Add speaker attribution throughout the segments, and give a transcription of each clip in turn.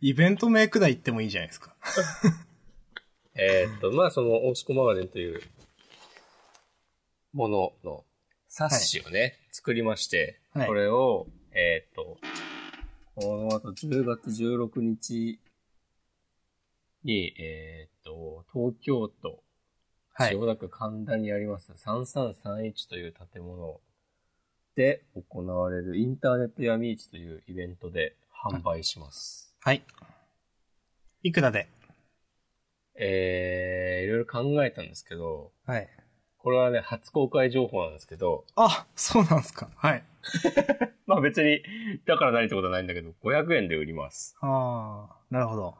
Speaker 1: イベント名くらい行ってもいいじゃないですか。
Speaker 2: え ーっと、まあ、その、大宿マガジンという、ものの冊子をね、作りまして、
Speaker 1: はい
Speaker 2: これを、えーっと、この後10月16日に、えーっと、東京都
Speaker 1: はい
Speaker 2: 千。代田区神田にあります3331という建物で行われるインターネット闇市というイベントで販売します。
Speaker 1: はい。いくらで
Speaker 2: えー、いろいろ考えたんですけど、
Speaker 1: はい。
Speaker 2: これはね、初公開情報なんですけど、
Speaker 1: あ、そうなんですか。はい。
Speaker 2: まあ別に、だから何ってことはないんだけど、500円で売ります。
Speaker 1: ああ、なるほど。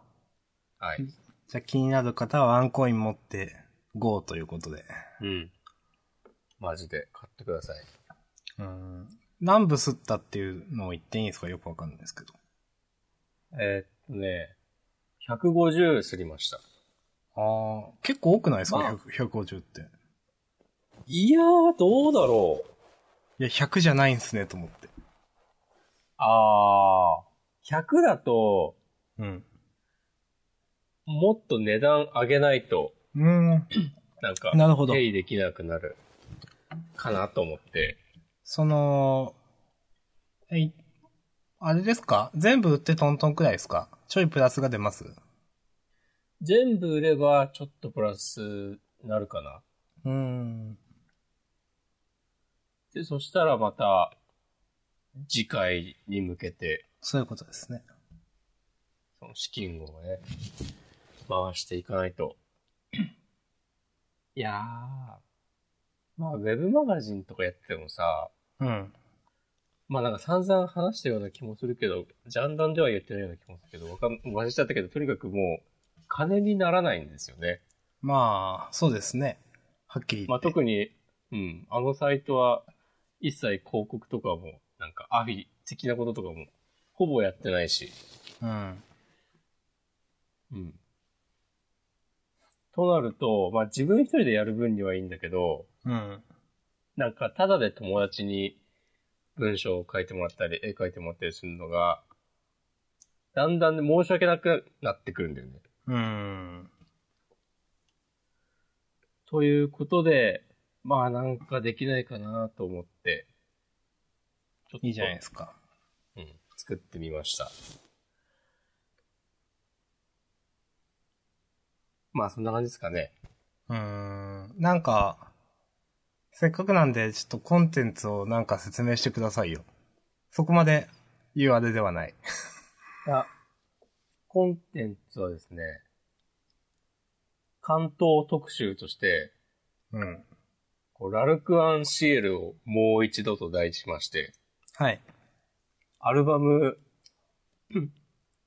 Speaker 2: はい。
Speaker 1: じゃあ気になる方はワンコイン持って、GO ということで。
Speaker 2: うん。マジで買ってください。
Speaker 1: うん。何部吸ったっていうのを言っていいんですかよくわかんないですけど。
Speaker 2: えー、っとね、150すりました。
Speaker 1: ああ、結構多くないですか、
Speaker 2: まあ
Speaker 1: 100 ?150 って。い
Speaker 2: いやー、どうだろう。
Speaker 1: や、100じゃないんすね、と思って。
Speaker 2: あー、100だと、
Speaker 1: うん。
Speaker 2: もっと値段上げないと、
Speaker 1: うん。
Speaker 2: なんか、
Speaker 1: なるほど
Speaker 2: ペイできなくなる、かなと思って。
Speaker 1: その、えい、あれですか全部売ってトントンくらいですかちょいプラスが出ます
Speaker 2: 全部売れば、ちょっとプラス、なるかな。
Speaker 1: うん。
Speaker 2: で、そしたらまた、次回に向けて、
Speaker 1: そういうことですね。
Speaker 2: その資金をね、回していかないと。いやー、まあ、ウェブマガジンとかやってもさ、
Speaker 1: うん。
Speaker 2: まあなんか散々話したような気もするけど、ジャンダンでは言ってないような気もするけど、わかん、忘れちゃったけど、とにかくもう、金にならないんですよね。
Speaker 1: まあ、そうですね。はっきり言って。
Speaker 2: まあ特に、うん、あのサイトは、一切広告とかも、なんかアフィ的なこととかも、ほぼやってないし、
Speaker 1: うん。
Speaker 2: うん。となると、まあ自分一人でやる分にはいいんだけど、
Speaker 1: うん。
Speaker 2: なんかただで友達に文章を書いてもらったり、絵描いてもらったりするのが、だんだん申し訳なくなってくるんだよね。
Speaker 1: うん。
Speaker 2: ということで、まあなんかできないかなと思って、ちょっ
Speaker 1: いいじゃないですか。
Speaker 2: うん、作ってみました。まあそんな感じですかね。
Speaker 1: うーん。なんか、せっかくなんで、ちょっとコンテンツをなんか説明してくださいよ。そこまで言うあれではない。
Speaker 2: あ、コンテンツはですね、関東特集として、
Speaker 1: うん。
Speaker 2: こうラルクアンシエルをもう一度と題しまして、
Speaker 1: はい。
Speaker 2: アルバム、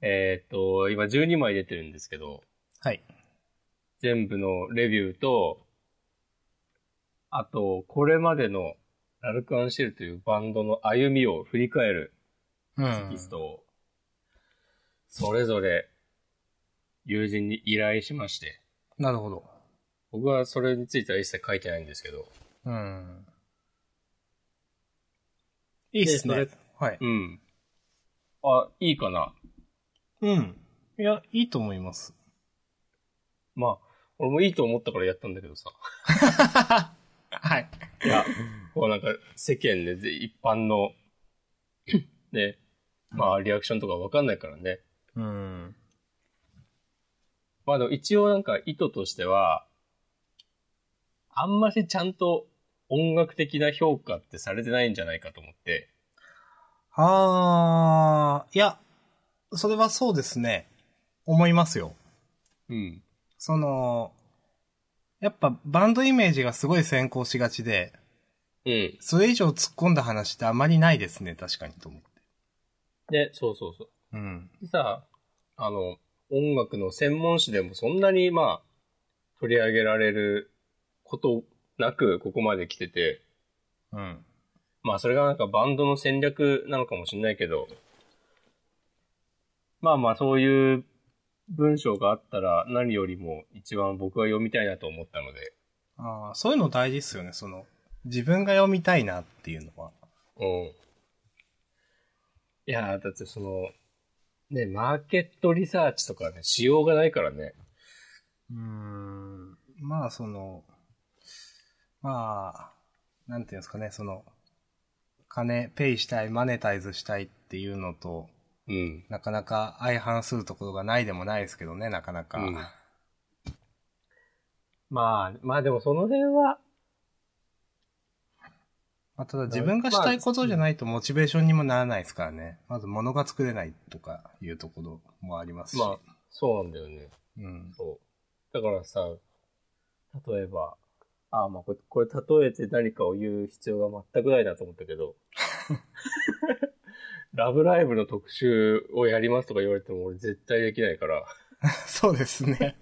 Speaker 2: えーっと、今12枚出てるんですけど、
Speaker 1: はい。
Speaker 2: 全部のレビューと、あと、これまでのラルクアンシェルというバンドの歩みを振り返る
Speaker 1: う
Speaker 2: テ
Speaker 1: ん。
Speaker 2: キストを、それぞれ友人に依頼しまして、
Speaker 1: なるほど。
Speaker 2: 僕はそれについては一切書いてないんですけど、
Speaker 1: うん。いいっすね
Speaker 2: でそ。
Speaker 1: はい。
Speaker 2: うん。あ、いいかな。
Speaker 1: うん。いや、いいと思います。
Speaker 2: まあ、俺もいいと思ったからやったんだけどさ。
Speaker 1: はい。
Speaker 2: いや、こうなんか世間でぜ一般 の、ね、まあリアクションとかわかんないからね。
Speaker 1: うん。
Speaker 2: まあでも一応なんか意図としては、あんまりちゃんと音楽的な評価ってされてないんじゃないかと思って。
Speaker 1: あー、いや、それはそうですね。思いますよ。
Speaker 2: うん。
Speaker 1: その、やっぱバンドイメージがすごい先行しがちで、
Speaker 2: うん。
Speaker 1: それ以上突っ込んだ話ってあまりないですね、確かにと思って。
Speaker 2: で、そうそうそう。
Speaker 1: うん。
Speaker 2: でさ、あの、音楽の専門誌でもそんなにまあ、取り上げられることなくここまで来てて、
Speaker 1: うん。
Speaker 2: まあそれがなんかバンドの戦略なのかもしれないけど、まあまあそういう文章があったら何よりも一番僕は読みたいなと思ったので、
Speaker 1: あー、そういうの大事っすよね、その、自分が読みたいなっていうのは。
Speaker 2: うん。いやーだってその、ね、マーケットリサーチとかね、しようがないからね。
Speaker 1: うーん、まあその、まあ、なんていうんですかね、その、金、ペイしたい、マネタイズしたいっていうのと、
Speaker 2: うん。
Speaker 1: なかなか相反するところがないでもないですけどね、なかなか。
Speaker 2: うんまあ、まあでもその辺は、
Speaker 1: まあ、ただ自分がしたいことじゃないとモチベーションにもならないですからね。まず物が作れないとかいうところもありますし。
Speaker 2: まあ、そうなんだよね。
Speaker 1: うん。
Speaker 2: そう。だからさ、例えば、ああ、まあこれ、これ例えて何かを言う必要が全くないなと思ったけ ど、ラブライブの特集をやりますとか言われても俺絶対できないから。
Speaker 1: そうですね。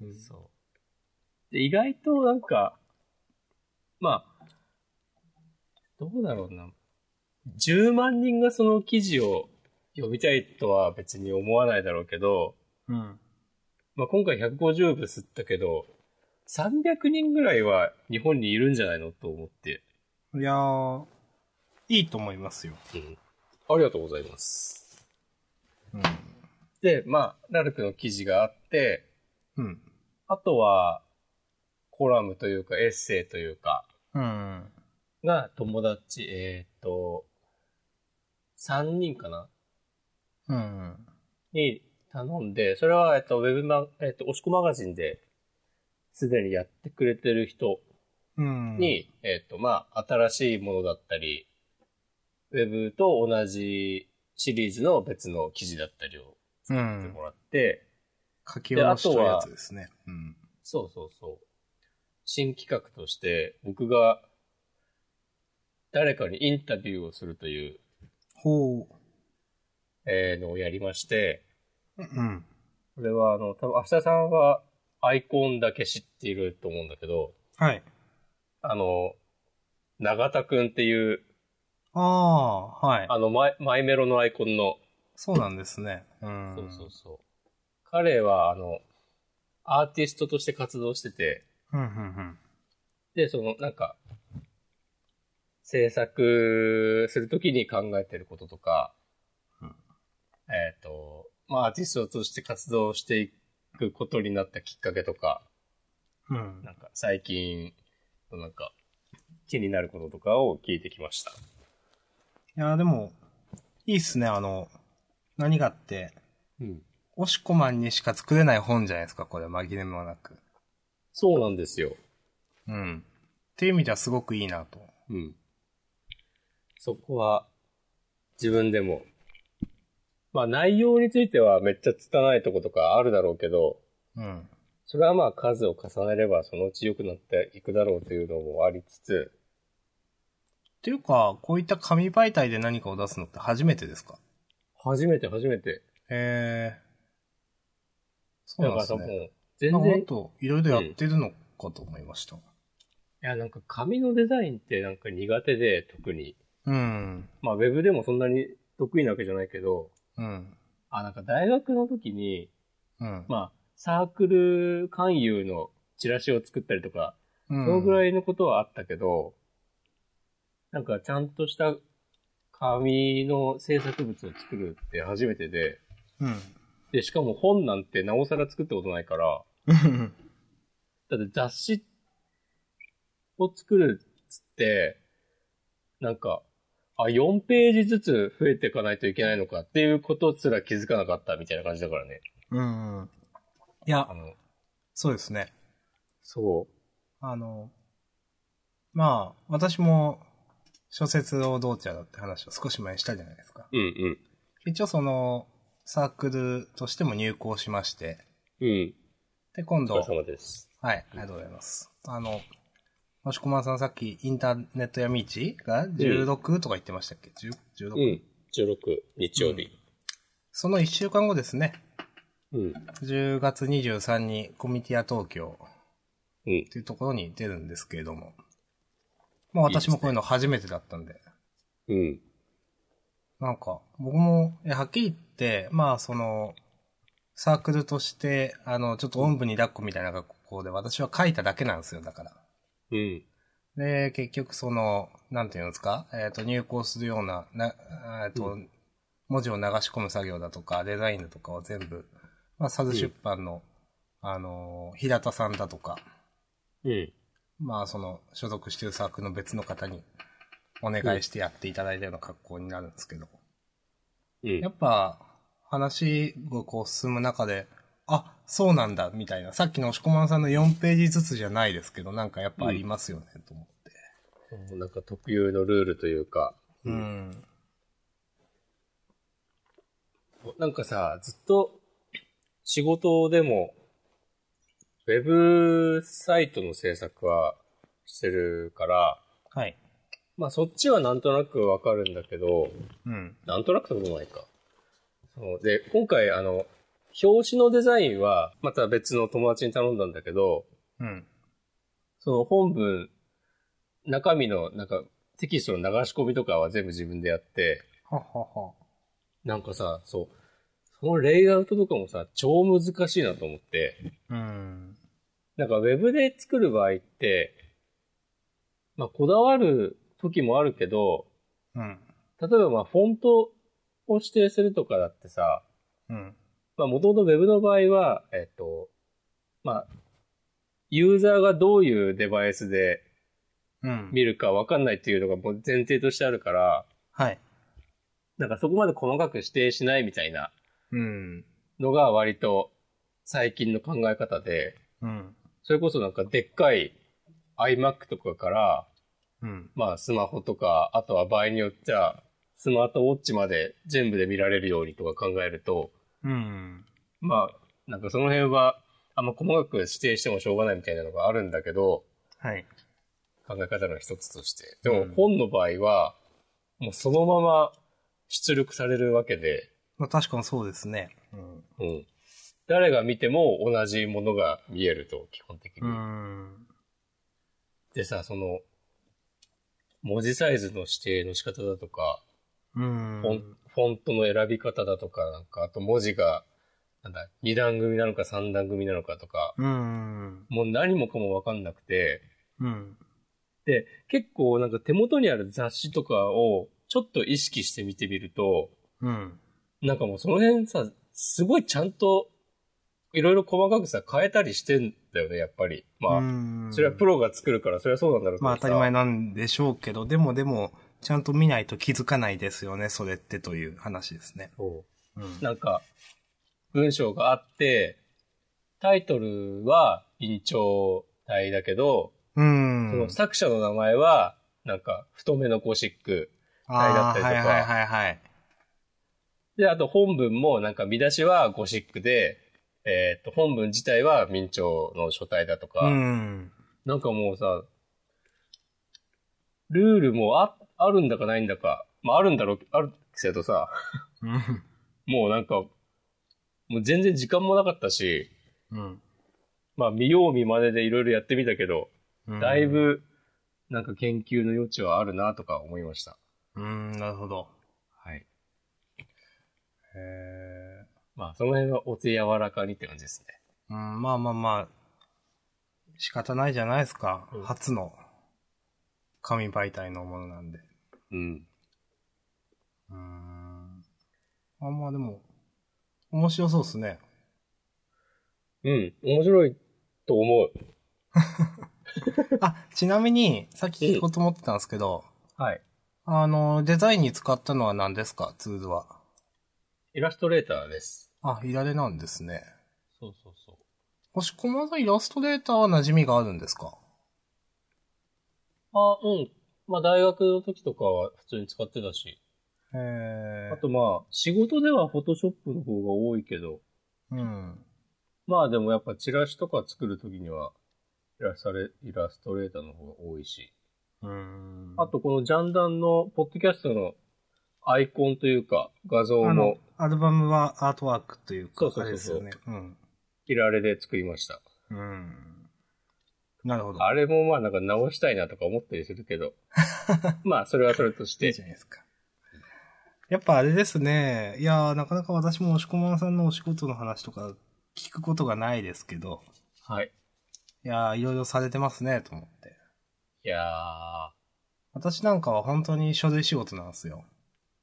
Speaker 2: うん。そう。で、意外となんか、まあ、どうだろうな。10万人がその記事を読みたいとは別に思わないだろうけど、
Speaker 1: うん。
Speaker 2: まあ、今回150部吸ったけど、300人ぐらいは日本にいるんじゃないのと思って。
Speaker 1: いやー、いいと思いますよ。
Speaker 2: うん。ありがとうございます。
Speaker 1: うん。
Speaker 2: で、まあ、ラルクの記事があって、
Speaker 1: うん。
Speaker 2: あとは、コラムというか、エッセイというか、
Speaker 1: うん。
Speaker 2: が友達、えーっと、3人かな
Speaker 1: うん。
Speaker 2: に頼んで、それは、えっと、ウェブマ、えっと、押し子マガジンで、すでにやってくれてる人
Speaker 1: うん。
Speaker 2: に、えっ、と、まあ、新しいものだったり、ウェブと同じシリーズの別の記事だったりを
Speaker 1: う
Speaker 2: やって
Speaker 1: ん
Speaker 2: も。らって、
Speaker 1: 書き下ろしとやつですね。うん。
Speaker 2: そうそうそう。新企画として、僕が誰かにインタビューをするという、
Speaker 1: ほう。
Speaker 2: えーのをやりまして、
Speaker 1: うん。
Speaker 2: これはあの、多分、明日さんはアイコンだけ知っていると思うんだけど、
Speaker 1: はい。
Speaker 2: あの、永田くんっていう、
Speaker 1: ああ、はい。
Speaker 2: あのマイ、マイメロのアイコンの
Speaker 1: そうなんですね。うん。
Speaker 2: そうそうそう。彼は、あの、アーティストとして活動してて、
Speaker 1: うん、うん、
Speaker 2: で、その、なんか、制作するときに考えてることとか、
Speaker 1: うん
Speaker 2: えっ、と、まあ、アーティストとして活動していくことになったきっかけとか、
Speaker 1: うん。うん
Speaker 2: なんか、最近、なんか、気になることとかを聞いてきました。
Speaker 1: いやー、でも、いいっすね、あの、何がって、
Speaker 2: うん。
Speaker 1: オシコマンにしか作れない本じゃないですか、これ、紛れもなく。
Speaker 2: そうなんですよ。
Speaker 1: うん。っていう意味ではすごくいいなと。
Speaker 2: うん。そこは、自分でも。まあ内容についてはめっちゃ拙いとことかあるだろうけど、
Speaker 1: うん。
Speaker 2: それはまあ数を重ねればそのうち良くなっていくだろうというのもありつつ、
Speaker 1: っていうか、こういった紙媒体で何かを出すのって初めてですか
Speaker 2: 初めて初めて。
Speaker 1: へえ。そう
Speaker 2: だ
Speaker 1: なんで
Speaker 2: から
Speaker 1: す
Speaker 2: さ、も
Speaker 1: ね。
Speaker 2: う全
Speaker 1: なんかもっ
Speaker 2: 然、い
Speaker 1: といろいろやってるのかと思いました。
Speaker 2: やなんか紙のデザインってなんか苦手で特に、
Speaker 1: うん。
Speaker 2: まあウェブでもそんなに得意なわけじゃないけど、
Speaker 1: うん。
Speaker 2: あ、なんか大学の時に、
Speaker 1: うん。
Speaker 2: まあサークル勧誘のチラシを作ったりとか、
Speaker 1: うん
Speaker 2: そのぐらいのことはあったけど、なんかちゃんとした紙の制作物を作るって初めてで、
Speaker 1: うん。
Speaker 2: で、しかも本なんてなおさら作ったことないから、
Speaker 1: うん。
Speaker 2: だって雑誌を作るっつって、なんか、あ、4ページずつ増えていかないといけないのかっていうことすら気づかなかったみたいな感じだからね。
Speaker 1: うん。いや
Speaker 2: あ、の、
Speaker 1: そうですね。
Speaker 2: そ
Speaker 1: あの、まあ、私も、小説をどうちゃだって話を少し前にしたじゃないですか。
Speaker 2: う。うん
Speaker 1: 一応その、サークルとしても入校しまして、
Speaker 2: うん。うん。
Speaker 1: で、今
Speaker 2: お疲
Speaker 1: 度
Speaker 2: れ、様です。
Speaker 1: はい、ありがとうございます。あの、もしこまさんさっきインターネット闇市が 16? とか言ってましたっけ ?10、16、
Speaker 2: うん。16日曜日。
Speaker 1: その1週間後ですね。
Speaker 2: うん。
Speaker 1: 10月23にコミティア東京
Speaker 2: うん
Speaker 1: っ。ていうところに出るんですけれども。まあ私もこういうの初めてだったんで。
Speaker 2: うん。
Speaker 1: なんか、僕も、えはっきり言って、まあその、サークルとして、あの、ちょっとおんぶに抱っこみたいな格好で、私は書いただけなんですよ、だから。
Speaker 2: うん。
Speaker 1: で、結局その、なんていうんですか、えっ、と、入校するような、な、えっ、と、文字を流し込む作業だとか、デザインだとかは全部、まあ、サズ出版の、あのー、平田さんだとか、
Speaker 2: うん。
Speaker 1: まあ、その、所属しているサークルの別の方にお願いしてやっていただいたような格好になるんですけど、
Speaker 2: うん
Speaker 1: や。っぱ、話がこう進む中で、あ、そうなんだ、みたいな。さっきの押し込まんさんの4ページずつじゃないですけど、なんかやっぱありますよね、と思って。
Speaker 2: なんか特有のルールというか。
Speaker 1: うん。
Speaker 2: なんかさ、ずっと仕事でも、ウェブサイトの制作はしてるから、
Speaker 1: はい。
Speaker 2: まあそっちはなんとなくわかるんだけど、
Speaker 1: うん。
Speaker 2: なんとなくともないか。そうで、今回あの、表紙のデザインはまた別の友達に頼んだんだけど、
Speaker 1: うん。
Speaker 2: その本文、中身のなんかテキストの流し込みとかは全部自分でやって、
Speaker 1: はっはっは。
Speaker 2: なんかさ、そう、そのレイアウトとかもさ、超難しいなと思って、
Speaker 1: うん。
Speaker 2: なんかウェブで作る場合って、まあこだわる時もあるけど、
Speaker 1: うん。
Speaker 2: 例えばまあフォントを指定するとかだってさ、
Speaker 1: うん。
Speaker 2: まあもともとウェブの場合は、えっと、まあ、ユーザーがどういうデバイスで
Speaker 1: うん。
Speaker 2: 見るかわかんないっていうのがもう前提としてあるから、
Speaker 1: はい。
Speaker 2: なんかそこまで細かく指定しないみたいな
Speaker 1: うん。
Speaker 2: のが割と最近の考え方で、
Speaker 1: うん。
Speaker 2: それこそなんかでっかい iMac とかから、
Speaker 1: うん。
Speaker 2: まあスマホとか、あとは場合によっちゃスマートウォッチまで全部で見られるようにとか考えると、
Speaker 1: うん。
Speaker 2: まあなんかその辺はあんま細かく指定してもしょうがないみたいなのがあるんだけど、
Speaker 1: はい。
Speaker 2: 考え方の一つとして。でも
Speaker 1: うん
Speaker 2: 本の場合は、もうそのまま出力されるわけで、
Speaker 1: まあ確かにそうですね。
Speaker 2: うん。誰が見ても同じものが見えると、基本的に。
Speaker 1: うん。うん。
Speaker 2: でさ、その、文字サイズの指定の仕方だとか、
Speaker 1: うん。
Speaker 2: フォンフォントの選び方だとか、なんか、あと文字が、なんだ、2段組なのか3段組なのかとか、
Speaker 1: うん。
Speaker 2: もう何もかもわかんなくて、
Speaker 1: うん。
Speaker 2: で、結構なんか手元にある雑誌とかをちょっと意識して見てみると、
Speaker 1: うん。
Speaker 2: なんかもうその辺さ、すごいちゃんと、いろいろ細かくさ、変えたりしてんだよね、やっぱり。まあ、
Speaker 1: あ
Speaker 2: それはプ
Speaker 1: ロ。
Speaker 2: ロが作るから、それはそうなんだろうけど
Speaker 1: まあ
Speaker 2: さ
Speaker 1: 当たり前なんでしょうけど、でもでも、ちゃんと見ないと気づかないですよね、それってという話ですね。
Speaker 2: そう
Speaker 1: うん。
Speaker 2: なんか、文章があって、タイトルは院長体だけど、
Speaker 1: うん。
Speaker 2: その作者の名前は、なんか、太めのゴシック。体だ
Speaker 1: あ
Speaker 2: っ
Speaker 1: あ
Speaker 2: た
Speaker 1: ー、
Speaker 2: りとか
Speaker 1: はいはいはいはい。
Speaker 2: で、あと本文も、なんか見出しはゴシックで、えーっと、本文自体は明朝の書体だとか、
Speaker 1: うん。
Speaker 2: なんかもうさ、ルールもあ、あるんだかないんだか、まああるんだろう、あるけどさ、
Speaker 1: うん。
Speaker 2: もうなんか、もう全然時間もなかったし、
Speaker 1: うん
Speaker 2: まあ見よう見まねでいろいろやってみたけど、
Speaker 1: うん。
Speaker 2: だいぶ、なんか研究の余地はあるなとか思いました。
Speaker 1: うん、なるほど。
Speaker 2: はい。
Speaker 1: へえ。
Speaker 2: まあその辺はお手柔らかにって感じですね。
Speaker 1: うん、まあまあまあ、仕方ないじゃないですか。
Speaker 2: うん
Speaker 1: 初の紙媒体のものなんで。
Speaker 2: うん。
Speaker 1: うーん。あんまあでも、面白そうですね。
Speaker 2: うん。面白いと思う。
Speaker 1: あ、ちなみに、さっき聞こうと思ってたんですけど、
Speaker 2: はい。
Speaker 1: あの、デザインに使ったのは何ですかツールは。
Speaker 2: イラストレーターです。
Speaker 1: あ、いられなんですね。
Speaker 2: そうそうそう。
Speaker 1: 星駒さんイラストレーターは馴染みがあるんですか
Speaker 2: あ、うん。まあ大学の時とかは普通に使ってたし。
Speaker 1: え
Speaker 2: あとまあ、仕事ではフォトショップの方が多いけど、
Speaker 1: うん。
Speaker 2: まあでもやっぱチラシとか作る時には、イラストレイラストレーターの方が多いし。
Speaker 1: うん
Speaker 2: あとこのジャンダンのポッドキャストのアイコンというか画像
Speaker 1: あ
Speaker 2: も
Speaker 1: の、アルバムはアートワークというか、
Speaker 2: そうそうそうそう
Speaker 1: あれですよね。うん。
Speaker 2: いられで作りました。
Speaker 1: うん。なるほど。
Speaker 2: あれもまあなんか直したいなとか思ったりするけ ど。まあそれはそれとし
Speaker 1: い
Speaker 2: て
Speaker 1: いじ。ゃないですか。やっぱあれですね。いやー、なかなか私も押し込まんさんのお仕事の話とか聞くことがないですけど、
Speaker 2: はい。
Speaker 1: いやー、いろいろされてますね、と思って。
Speaker 2: いやー。
Speaker 1: 私なんかは本当に書類仕事なんですよ。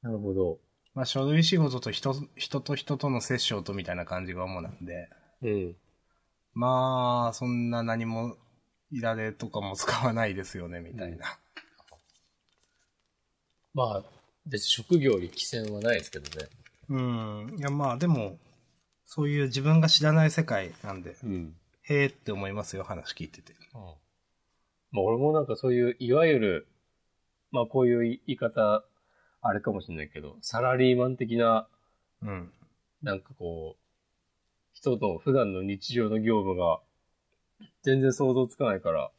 Speaker 2: なるほど。
Speaker 1: まあ、書類仕事と人、人と人との接触とみたいな感じが主なんで、
Speaker 2: うん。
Speaker 1: まあ、そんな何も、いられとかも使わないですよね、みたいな。
Speaker 2: まあ、別に職業に寄せはないですけどね。
Speaker 1: うん。いや、まあ、でも、そういう自分が知らない世界なんで、
Speaker 2: うん。
Speaker 1: へえって思いますよ、話聞いてて。
Speaker 2: まあ、俺もなんかそういう、いわゆる、まあこういう言い方、あれかもしれないけど、サラリーマン的な、
Speaker 1: うん。
Speaker 2: なんかこう、人の普段の日常の業務が、全然想像つかないから、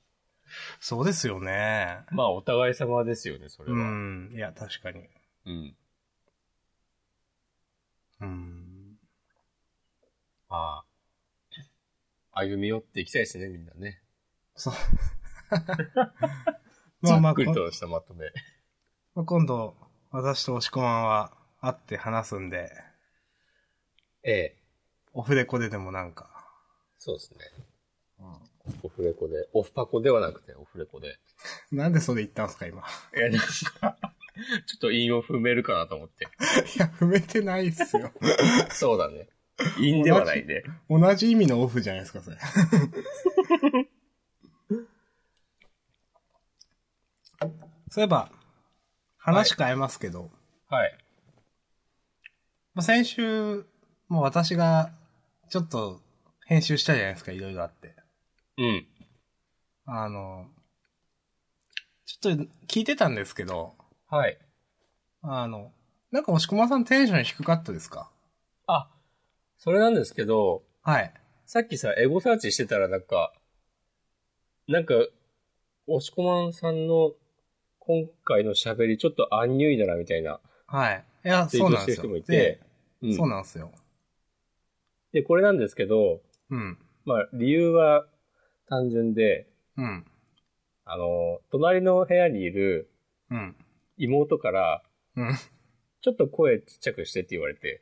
Speaker 1: そうですよね。
Speaker 2: まあお互い様ですよね、それ
Speaker 1: う
Speaker 2: は。
Speaker 1: ん。いや、確かに。
Speaker 2: うん
Speaker 1: うん。
Speaker 2: まあ、歩み寄っていきたいですね、みんなね。
Speaker 1: そう。ま
Speaker 2: ざ
Speaker 1: あま
Speaker 2: っ
Speaker 1: あ、
Speaker 2: くり
Speaker 1: こと
Speaker 2: したまとめ。
Speaker 1: まあ今度、私と押し込まんは会って話すんで、
Speaker 2: ええ、
Speaker 1: オフレコででもなんか。
Speaker 2: そうですね。オフレコで。オフパコではなくて、オフレコで。
Speaker 1: なんでそれ言ったんすか、今。
Speaker 2: いや、なんか、ちょっと韻を踏めるかなと思って。
Speaker 1: いや、踏めてないっすよ。
Speaker 2: そうだね。韻ではないね。
Speaker 1: 同じ意味のオフじゃないですか、それ。 そういえば、話変えますけど、
Speaker 2: はい。
Speaker 1: まあ、先週、もう私が、ちょっと、編集したじゃないですか、いろいろあって。
Speaker 2: うん。
Speaker 1: あの、ちょっと聞いてたんですけど、
Speaker 2: はい。
Speaker 1: あの、なんか押し込まさんテンション低かったですか
Speaker 2: あ、それなんですけど、
Speaker 1: はい。
Speaker 2: さっきさ、エゴサーチしてたらなんか、なんか、押し込まんさんの今回の喋り、ちょっとアンニュイだなみたいな、
Speaker 1: はい。いや、
Speaker 2: ツイ
Speaker 1: そう
Speaker 2: ート
Speaker 1: な
Speaker 2: し
Speaker 1: ん
Speaker 2: て
Speaker 1: で
Speaker 2: る
Speaker 1: す
Speaker 2: 人
Speaker 1: よ。
Speaker 2: もいて、う
Speaker 1: で
Speaker 2: ん
Speaker 1: そうなんですよ。
Speaker 2: で、これなんですけど、
Speaker 1: うん。
Speaker 2: まあ、理由は単純で、
Speaker 1: うん。
Speaker 2: あの、隣の部屋にいる
Speaker 1: うん。
Speaker 2: 妹から、
Speaker 1: うん。
Speaker 2: ちょっと声ちっちゃくしてって言われて。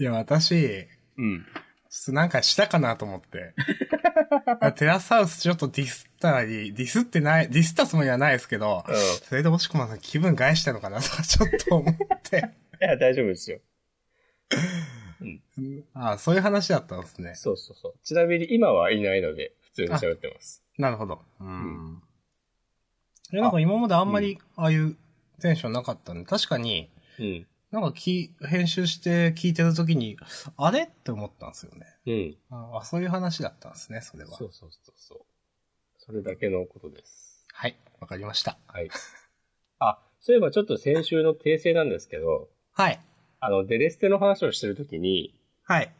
Speaker 1: いや、私、
Speaker 2: うん。
Speaker 1: ちょっとなんかしたかなと思 って。あテラスハウスちょっとディスったり、ディスってない、ディスったつもりはないですけど、
Speaker 2: うん。い
Speaker 1: それで押し込まさん気分害したのかなとかちょっと思って。
Speaker 2: や、大丈夫ですよ。
Speaker 1: あそういう話だったんですね。
Speaker 2: そうそうそう。ちなみに今はいないので、普通に喋ってます。
Speaker 1: なるほど。うんん。いや、なんか今まであんまりああいうテンションなかったんで、確かに、
Speaker 2: うん。
Speaker 1: なんかき、編集して聞いてるときに、あれって思ったんですよね。
Speaker 2: うん。
Speaker 1: あ、そういう話だったんですね、それは
Speaker 2: そ。うそうそうそう。それだけのことです。
Speaker 1: はい、わかりました。
Speaker 2: はい。あ、そういえばちょっと先週の訂正なんですけど、
Speaker 1: はい。
Speaker 2: あの、デレステの話をしてるときに、
Speaker 1: はい。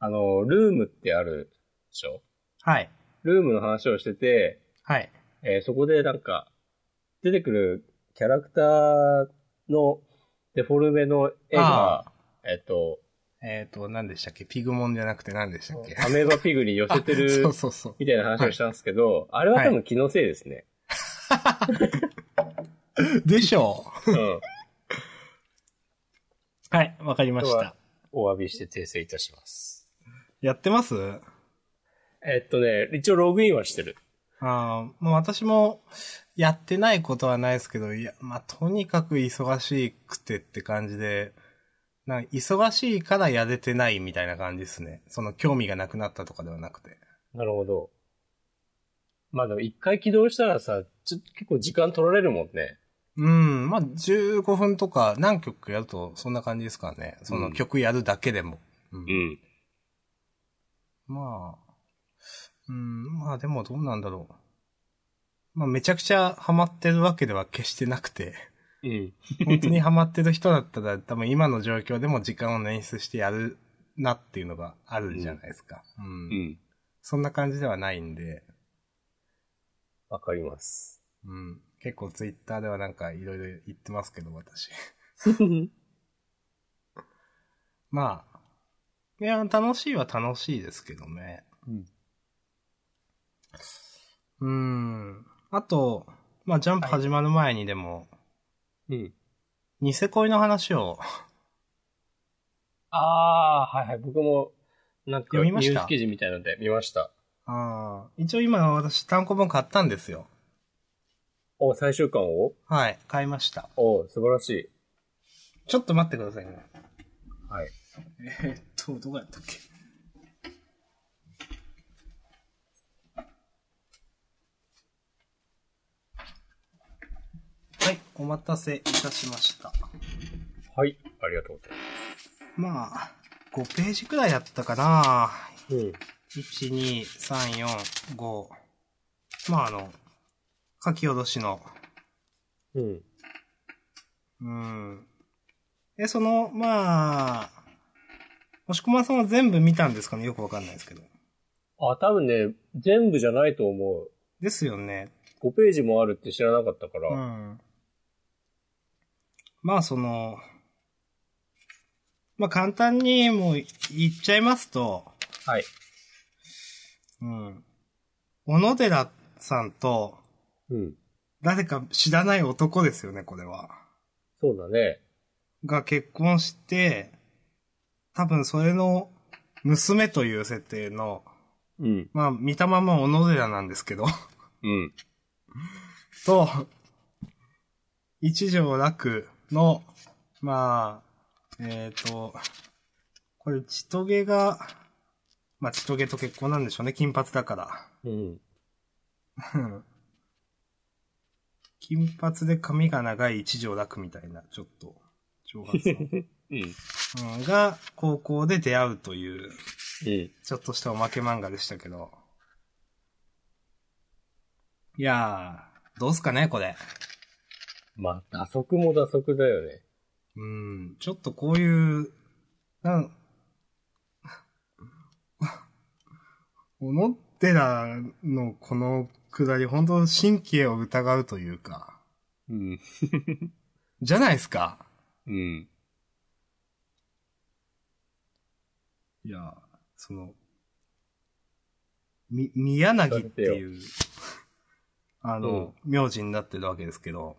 Speaker 2: あの、ルームってあるでしょ
Speaker 1: はい。
Speaker 2: ルームの話をしてて、
Speaker 1: はい。
Speaker 2: えーそこでなんか、出てくるキャラクターのデフォルメの絵が
Speaker 1: あ、
Speaker 2: えっと、
Speaker 1: えっ、と、何でしたっけピグモンじゃなくて何でしたっけ
Speaker 2: アメーバピグに寄せ て
Speaker 1: あそ
Speaker 2: る
Speaker 1: うそうそう。
Speaker 2: みたいな話をしたんですけど、あれは多
Speaker 1: は
Speaker 2: 分気のせいです ね。
Speaker 1: でしょ
Speaker 2: うん。
Speaker 1: う。はい、わかりま
Speaker 2: 今日
Speaker 1: し
Speaker 2: は
Speaker 1: た。
Speaker 2: お詫びして訂正いたします。
Speaker 1: やってます
Speaker 2: えっとね、一応ログインはしてる。
Speaker 1: あーまあ私もやってないことはないですけど、いや、まあとにかく忙しくてって感じで、なんか忙しいからやれてないみたいな感じですね。その興味がなくなったとかではなくて。
Speaker 2: なるほど。まあでも一回起動したらさ、ちょ結構時間取られるもんね。
Speaker 1: うん、まあ15分とか何曲かやるとそんな感じですかね。その曲やるだけでも。うん
Speaker 2: ん。
Speaker 1: まあ、うん、まあでもどうなんだろう。まあめちゃくちゃハマってるわけでは決してなくて、
Speaker 2: うん。
Speaker 1: 本当にハマってる人だったら多分今の状況でも時間を捻出してやるなっていうのがあるじゃないですか。うん。
Speaker 2: うん。
Speaker 1: そんな感じではないんで、
Speaker 2: わかります。
Speaker 1: うん。結構ツイッターではなんかいろいろ言ってますけど、私。 まあ、いや、楽しいは楽しいですけどね。
Speaker 2: うん。
Speaker 1: うーん。あと、まあ、ジャンプ始まる前にでも、
Speaker 2: うん。
Speaker 1: ニセ恋の話を、
Speaker 2: ああ、はいはい。僕も、なんか、
Speaker 1: 読
Speaker 2: ニ
Speaker 1: み
Speaker 2: ュ
Speaker 1: ました
Speaker 2: ース記事みたいので見ました。
Speaker 1: ああ、一応今私単行本買ったんですよ。
Speaker 2: お、最終巻を
Speaker 1: はい、買いました。
Speaker 2: お、素晴らしい。
Speaker 1: ちょっと待ってくださいね。
Speaker 2: はい。
Speaker 1: えーっと、どこやったっけはい、お待たせいたしました。
Speaker 2: はい。ありがとうございま
Speaker 1: まあ、5ページくらいやったかな
Speaker 2: す。うん。
Speaker 1: 1、2、3、4、5。まああの、書き下ろしの。
Speaker 2: うん。
Speaker 1: うん。え、その、まあ、もしこまさんは全部見たんですかねよくわかんないですけど。
Speaker 2: あ、多分ね、全部じゃないと思う。
Speaker 1: ですよね。
Speaker 2: 5ページもあるって知らなかったから。
Speaker 1: うん。まあその、まあ簡単にもう言っちゃいますと、
Speaker 2: はい。
Speaker 1: うん。小野寺さんと、
Speaker 2: うん。
Speaker 1: 誰か知らない男ですよね、これは。
Speaker 2: そうだね。
Speaker 1: が結婚して、多分それの娘という設定の、
Speaker 2: うん。
Speaker 1: まあ見たまま小野寺なんですけど、
Speaker 2: うん。
Speaker 1: と、一条楽の、まあ、えっ、と、これ、ちとげが、まあ、ちとげと結婚なんでしょうね、金髪だから。
Speaker 2: うん。
Speaker 1: うん金髪で髪が長い一条楽みたいな、ちょっと、長髪
Speaker 2: うん。
Speaker 1: の、うん、が、高校で出会うという、
Speaker 2: うん。
Speaker 1: ちょっとしたおまけ漫画でしたけど。いやー、どうすかね、これ。
Speaker 2: まあ、打足も打足だよね。
Speaker 1: うん、ちょっとこういう、なん、 小野寺のこのくだり、本当神経を疑うというか、
Speaker 2: うん。
Speaker 1: じゃないですか。
Speaker 2: うん。
Speaker 1: いや、その、み、宮柳っていう、あの、名字になってるわけですけど、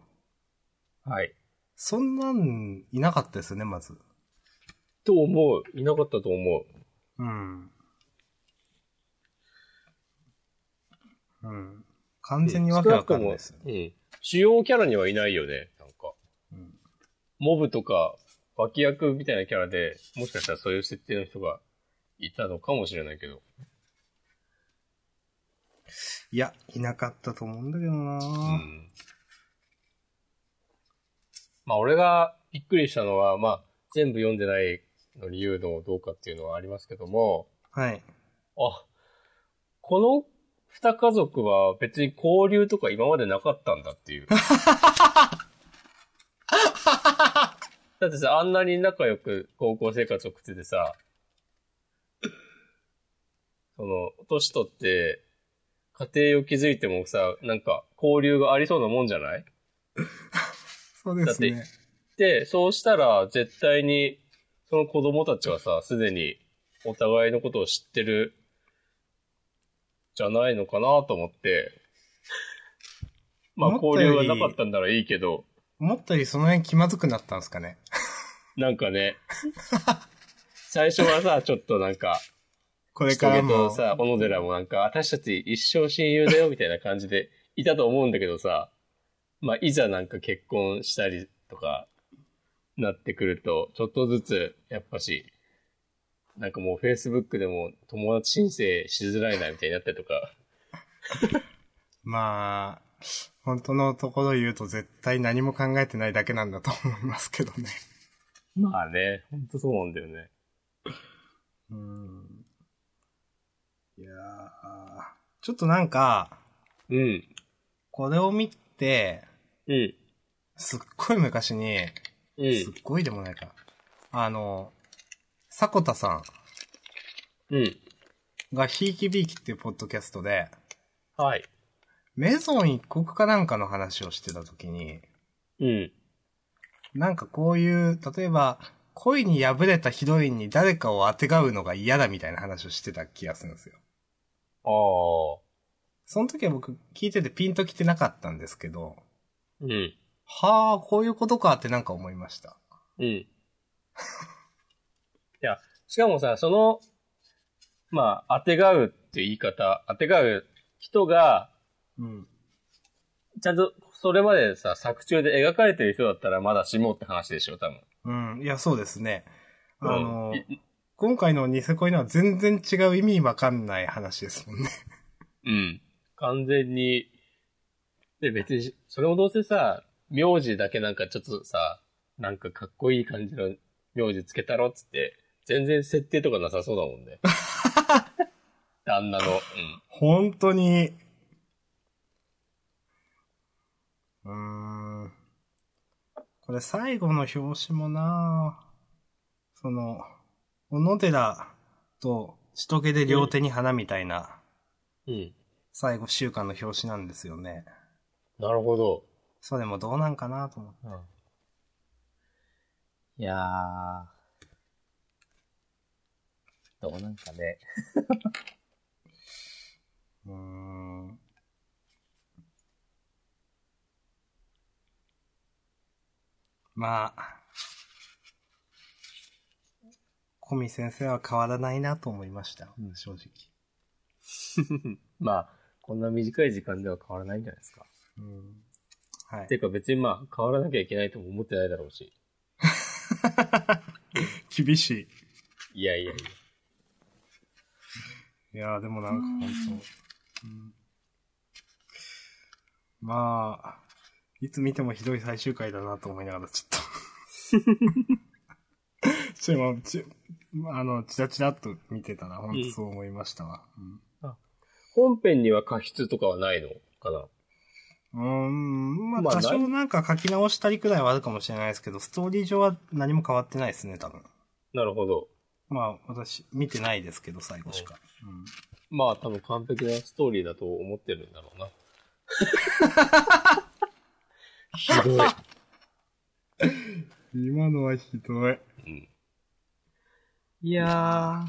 Speaker 2: はい。
Speaker 1: そんなんいなかったですよね、まず。
Speaker 2: と思う。いなかったと思う。
Speaker 1: うん。うん。完全にわけわかんないですよね。
Speaker 2: うん。主要キャラにはいないよね。なんか。
Speaker 1: うん
Speaker 2: モブとか、脇役みたいなキャラで、もしかしたらそういう設定の人がいたのかもしれないけど。
Speaker 1: いや、いなかったと思うんだけどな
Speaker 2: うんまあ、俺がびっくりしたのは、まあ、全部読んでないの理由のどうかっていうのはありますけども、
Speaker 1: はい。
Speaker 2: あ、この二家族は別に交流とか今までなかったんだっていう。だってさ、あんなに仲良く高校生活を送っててさ、その、年取って、家庭を築いてもさ、なんか、交流がありそうなもんじゃない
Speaker 1: そうですね。
Speaker 2: で、そうしたら、絶対に、その子供たちはさ、すでに、お互いのことを知ってる、じゃないのかなと思って、まあ、
Speaker 1: 思っ
Speaker 2: 交
Speaker 1: たよ
Speaker 2: 流
Speaker 1: り
Speaker 2: がなかったんならいいけど、
Speaker 1: 思ったよりその辺気まずくなったんですかね。
Speaker 2: なん かね、最初はさ、ちょっとなんか、
Speaker 1: こ
Speaker 2: こ
Speaker 1: れからも。
Speaker 2: とさ、小野寺もなんか、私たち一生親友だよ、みたいな感じでいたと思うんだけどさ、まあ、いざなんか結婚したりとか、なってくると、ちょっとずつ、やっぱし、なんかもう Facebook でも友達申請しづらいな、みたいになったりとか、
Speaker 1: まあ、本当のところ言うと絶対何も考えてないだけなんだと思いますけどね。
Speaker 2: まあね、ほんとそうなんだよね。
Speaker 1: うん。いやーちょっとなんか、
Speaker 2: うん。
Speaker 1: これを見て、
Speaker 2: うん。
Speaker 1: すっごい昔に、
Speaker 2: う
Speaker 1: すっ
Speaker 2: ん。
Speaker 1: ごいでもないか。あの、迫田さ
Speaker 2: うん。
Speaker 1: んがひいきびいきっていうポッドキャストで、
Speaker 2: はい。
Speaker 1: メゾン一国かなんかの話をしてた時に、
Speaker 2: うん。
Speaker 1: なんかこういう、例えば、恋に破れたヒロインに誰かをあてがうのが嫌だみたいな話をしてた気がするんですよ。
Speaker 2: ああ。
Speaker 1: その時は僕聞いててピンときてなかったんですけど、
Speaker 2: うん。
Speaker 1: はあ、こういうことかってなんか思いました。
Speaker 2: うん。いや、しかもさ、その、まあ、当てがうっていう言い方、当てがう人が、
Speaker 1: うん。
Speaker 2: ちゃんとそれまでさ、作中で描かれてる人だったらまだしもって話でしょ、多分。
Speaker 1: うん。いや、そうですね。あの、
Speaker 2: うんい
Speaker 1: 今回のニセ恋のは全然違う意味わかんない話ですもんね。
Speaker 2: うん。完全に、で、別に、それもどうせさ、名字だけなんかちょっとさ、なんかかっこいい感じの名字つけたろっつって、全然設定とかなさそうだもん ね。旦那の。うん。
Speaker 1: 本当に。うーん。これ最後の表紙もなその、小野寺と千時で両手に花みたいな
Speaker 2: うん。
Speaker 1: 最後週間の表紙なんですよね。
Speaker 2: なるほど。
Speaker 1: それもどうなんかなと思って。
Speaker 2: いやー。どうなんかね。
Speaker 1: うーん。まあ、小見先生は変わらないなと思いました、
Speaker 2: うん
Speaker 1: 正直。
Speaker 2: まあ、こんな短い時間では変わらないんじゃないですか。
Speaker 1: うん、はい
Speaker 2: て。いうか別にまあ、変わらなきゃいけないとも思ってないだろうし。
Speaker 1: 厳し
Speaker 2: いやいやいや。
Speaker 1: い。いやーでもなんか本当、うん、まあ、いつ見てもひどい最終回だなと思いながらちょっと。ち ょ、今、ち、あの、チラチラっと見てたら、本当そう思いましたわ。うん
Speaker 2: 本編には過失とかはないのかな
Speaker 1: うーん、ま
Speaker 2: ま
Speaker 1: あ多
Speaker 2: あ
Speaker 1: 少なんか書き直したりくらいはあるかもしれないですけど、ストーリー上は何も変わってないですね、多分。
Speaker 2: なるほど。
Speaker 1: まあ私、見てないですけど、最後しか。うん
Speaker 2: まあ多分完璧なストーリーだと思ってるんだろうな。ひどい。
Speaker 1: 今のはひどい。
Speaker 2: うん、いや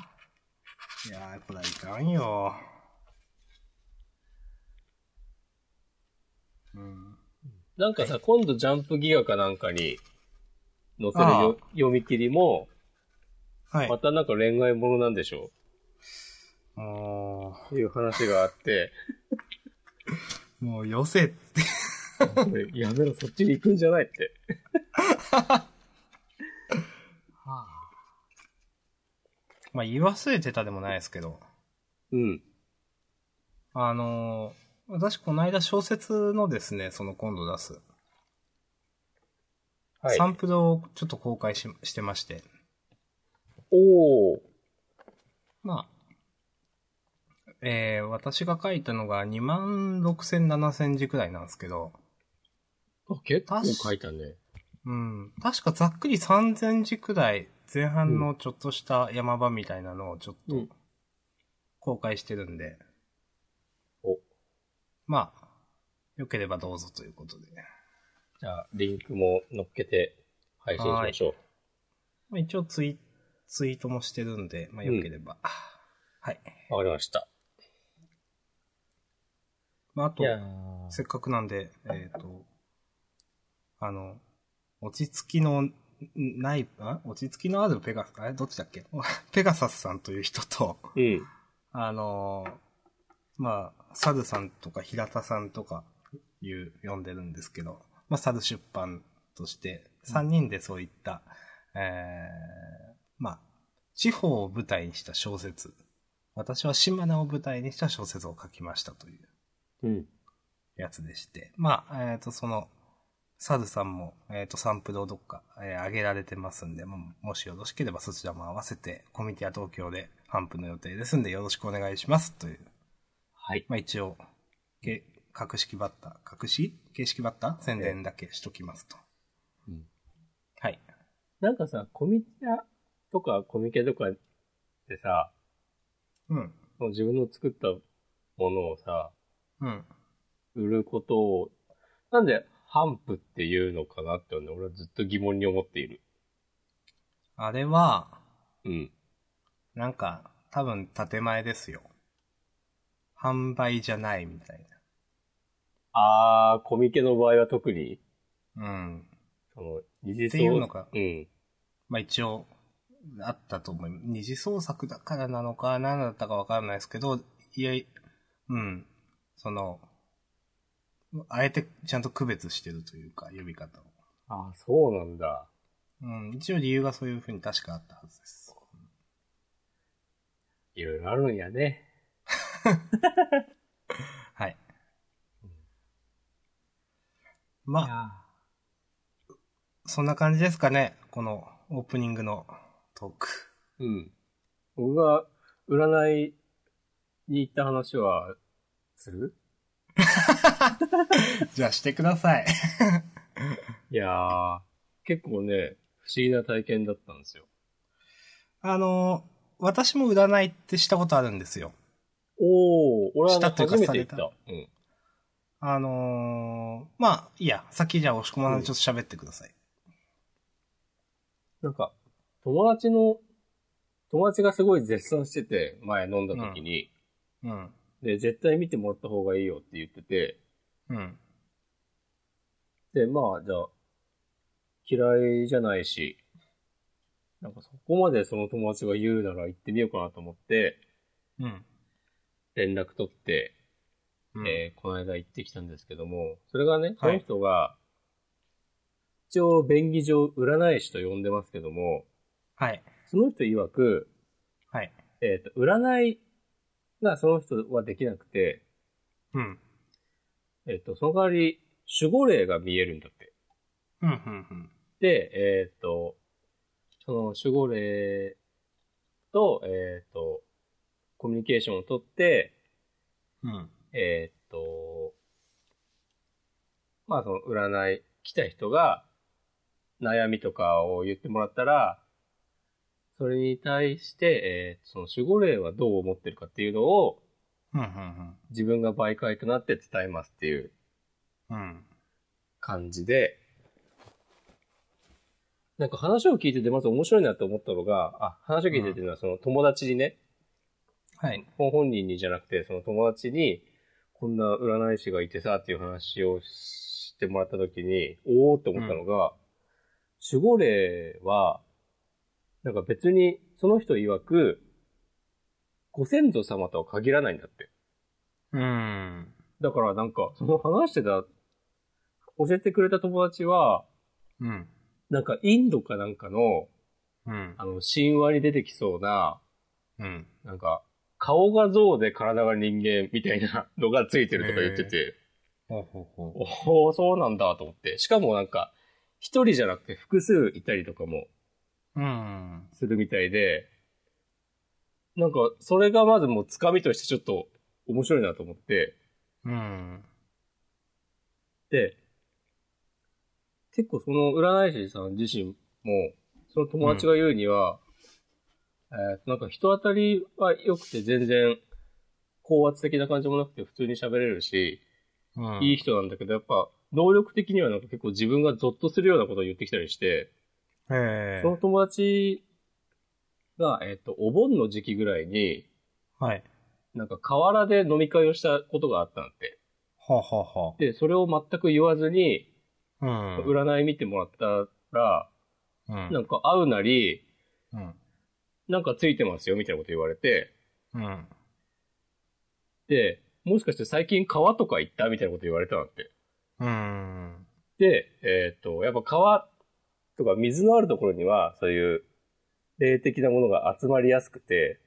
Speaker 1: いやー、これはいかんよ。うん。
Speaker 2: ー。なんかさ、今度ジャンプギガかなんかに載せるよ読み切りも、
Speaker 1: はい。
Speaker 2: またなんか恋愛ものなんでしょ
Speaker 1: も
Speaker 2: うっていう話があって、
Speaker 1: う、もうよせって。
Speaker 2: これやめろ、そっちに行くんじゃないって。
Speaker 1: まあ言い忘れてたでもないですけど。
Speaker 2: うん。
Speaker 1: あのー私この間小説のですね、その今度出す、
Speaker 2: はい
Speaker 1: サ。ンプルをちょっと公開ししてまして。
Speaker 2: おー。
Speaker 1: まあ、えー、私が書いたのが2万6千7千字くらいなんですけど、
Speaker 2: あ、結構書いたね。
Speaker 1: うん、確かざっくり3千字くらい前半のちょっとした山場みたいなのをちょっと
Speaker 2: うん。
Speaker 1: 公開してるんで、
Speaker 2: お。
Speaker 1: まあ、良ければどうぞということで。
Speaker 2: じゃあ、リンクも乗っけて配信しましょう。
Speaker 1: まあ、一応ツイ、ツイートもしてるんで、まあ良ければ。はい。
Speaker 2: わかりました。
Speaker 1: まああと、
Speaker 2: ー
Speaker 1: せっかくなんで、えっ、と、あの、落ち着きのんない、あ落ち着きのあるペガサ、あれどっちだっけペガサスさんという人と、
Speaker 2: うん。
Speaker 1: あのーまあ、サルさんとか平田さんとかいう、呼んでるんですけど、まあ、サル出版として、3人でそういった、えーまあ、地方を舞台にした小説、私は島根を舞台にした小説を書きましたという。
Speaker 2: うん。
Speaker 1: やつでして。まあ、えっ、と、その、サルさんも、えっ、と、サンプルをどっか、えー上げられてますんで、ももしよろしければそちらも合わせて、コミュニティア東京で販布の予定ですんで、よろしくお願いします。という。
Speaker 2: はい。
Speaker 1: まあ、一応、け格式バッター、格式形式バッター宣伝だけしときますと。
Speaker 2: うん
Speaker 1: はい。
Speaker 2: なんかさ、コミティアとかコミケとかでさ、
Speaker 1: うん。
Speaker 2: その自分の作ったものをさ、
Speaker 1: うん。
Speaker 2: 売ることを、なんで、ハンプっていうのかなって、ね、俺はずっと疑問に思っている。
Speaker 1: あれは、
Speaker 2: うん。
Speaker 1: なんか、多分、建前ですよ。販売じゃないみたい
Speaker 2: あー、コミケの場合は特に、
Speaker 1: な。うん。
Speaker 2: その、二次
Speaker 1: っていうのか
Speaker 2: うん。
Speaker 1: まあ一応、あったと思います。二次創作だからなのか、何だったかわからないですけど、いや、うん。その、あえてちゃんと区別してるというか、呼び方を。
Speaker 2: ああ、そうなんだ。
Speaker 1: うん、一応理由がそういうふうに確かあったはずです。
Speaker 2: いろいろあるんやね。
Speaker 1: はい
Speaker 2: うん。い
Speaker 1: まあ、
Speaker 2: や
Speaker 1: そんな感じですかね。このオープニングのトーク。
Speaker 2: ーうん。僕が占いに行った話は、する
Speaker 1: じゃあしてください。
Speaker 2: いやー、結構ね、不思議な体験だったんですよ。
Speaker 1: あの、私も占いってしたことあるんですよ。
Speaker 2: おー、俺は
Speaker 1: し
Speaker 2: ね
Speaker 1: たというか
Speaker 2: 初めて行っ
Speaker 1: さ
Speaker 2: た。うん。
Speaker 1: あのーまあ、いいや、さっきじゃあ押し込まないでちょっと喋ってください。
Speaker 2: なんか、友達の、友達がすごい絶賛してて、前飲んだ時に、
Speaker 1: うん。
Speaker 2: で、絶対見てもらった方がいいよって言ってて、
Speaker 1: うん。
Speaker 2: で、まあ、じゃあ、嫌いじゃないし、なんかそこまでその友達が言うなら行ってみようかなと思って、
Speaker 1: うん。
Speaker 2: 連絡取って、
Speaker 1: うん
Speaker 2: えーこの間行ってきたんですけども、それがね、そ
Speaker 1: は
Speaker 2: の
Speaker 1: い
Speaker 2: 人が、一応、便宜上、占い師と呼んでますけども、
Speaker 1: はい。
Speaker 2: その人曰く、
Speaker 1: はい。
Speaker 2: えっ、と、占いがその人はできなくて、
Speaker 1: うん。
Speaker 2: えっ、と、その代わり、守護霊が見えるんだって。
Speaker 1: うん、うん、うん。
Speaker 2: で、えっ、と、その守護霊と、えっ、と、コミュニケーションをとって、
Speaker 1: うん。
Speaker 2: えっ、と、まあその占い、来た人が悩みとかを言ってもらったら、それに対して、えーその守護霊はどう思ってるかっていうのを
Speaker 1: うん、うん、
Speaker 2: 自分が媒介となって伝えますっていう
Speaker 1: うん。うん。
Speaker 2: 感じで、なんか話を聞いててまず面白いなと思ったのが、あ、話を聞いててっていうのはその友達にね、
Speaker 1: はい。
Speaker 2: 本本人にじゃなくてその友達に、こんな占い師がいてさっていう話をしてもらった時に、おおって思ったのが、守護霊は、なんか別にその人曰く、ご先祖様とは限らないんだって。
Speaker 1: うん。
Speaker 2: だからなんか、その話してた、教えてくれた友達は、
Speaker 1: うん。
Speaker 2: なんかインドかなんかの、
Speaker 1: うん。
Speaker 2: あの、神話に出てきそうな、
Speaker 1: うん。
Speaker 2: なんか、顔が象で体が人間みたいな のがついてるとか言ってて、
Speaker 1: ほうほうほ
Speaker 2: おおそうなんだと思って。しかもなんか、一人じゃなくて複数いたりとかも
Speaker 1: う。うん。
Speaker 2: するみたいで、なんか、それがまずもうつかみとしてちょっと面白いなと思って、
Speaker 1: うん。
Speaker 2: で、結構その占い師さん自身も、その友達が言うには、えーなんか人当たりは良くて全然高圧的な感じもなくて普通に喋れるし、
Speaker 1: うん。
Speaker 2: いい人なんだけど、やっぱ能力的にはなんか結構自分がゾッとするようなことを言ってきたりして、
Speaker 1: ええ
Speaker 2: その友達が、えっ、と、お盆の時期ぐらいに、
Speaker 1: はい。
Speaker 2: なんか河原で飲み会をしたことがあったんだって。
Speaker 1: はあ、はあは
Speaker 2: で、それを全く言わずに、
Speaker 1: あ、うん。
Speaker 2: 占い見てもらったら、
Speaker 1: うん。
Speaker 2: なんか会うなり、
Speaker 1: うん。
Speaker 2: なんかついてますよみたいなこと言われて、
Speaker 1: うん。
Speaker 2: で、もしかして最近川とか行ったみたいなこと言われたんだって。
Speaker 1: うん。
Speaker 2: で、えっ、と、やっぱ川とか水のあるところには、そういう霊的なものが集まりやすくて、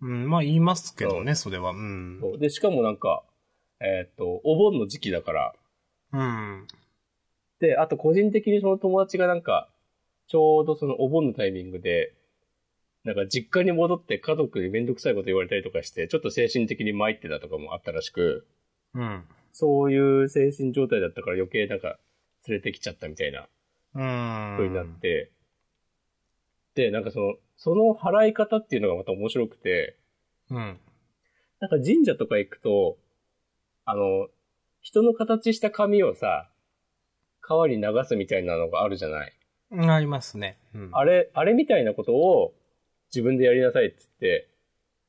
Speaker 1: うん。まあ言いますけどね、それは。うん。
Speaker 2: そうで、しかもなんか、えっ、と、お盆の時期だから、
Speaker 1: うん。
Speaker 2: で、あと個人的にその友達がなんか、ちょうどそのお盆のタイミングで、なんか実家に戻って家族にめんどくさいこと言われたりとかして、ちょっと精神的に参ってたとかもあったらしく、
Speaker 1: うん。
Speaker 2: そういう精神状態だったから余計なんか連れてきちゃったみたいな
Speaker 1: うん。
Speaker 2: 風になって、で、なんかその、その払い方っていうのがまた面白くて、
Speaker 1: うん。
Speaker 2: なんか神社とか行くと、あの、人の形した紙をさ、川に流すみたいなのがあるじゃない。
Speaker 1: うん。ありますね。うん。
Speaker 2: あれ、あれみたいなことを自分でやりなさいっつって、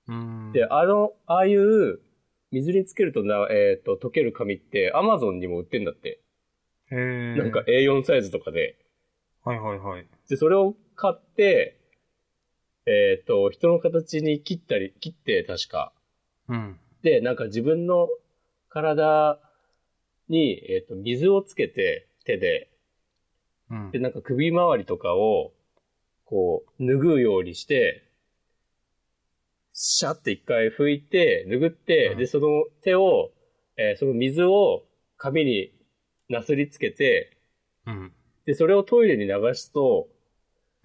Speaker 1: うん。
Speaker 2: で、あの、ああいう水につけるとな、えっ、と、溶ける紙ってアマゾンにも売ってんだって。
Speaker 1: えー、
Speaker 2: なんか、A4 サイズとかで。
Speaker 1: はいはいはい。
Speaker 2: で、それを買って、えっ、と、人の形に切ったり、切って確か。
Speaker 1: うん。
Speaker 2: で、なんか自分の体に、えっ、と、水をつけて、手で、
Speaker 1: うん
Speaker 2: で、。なんか首周りとかを、こう、拭うようにして、シャって一回拭いて、拭って、
Speaker 1: うん
Speaker 2: で、その手を、えーその水を髪になすりつけて、
Speaker 1: うん。
Speaker 2: で、それをトイレに流すと、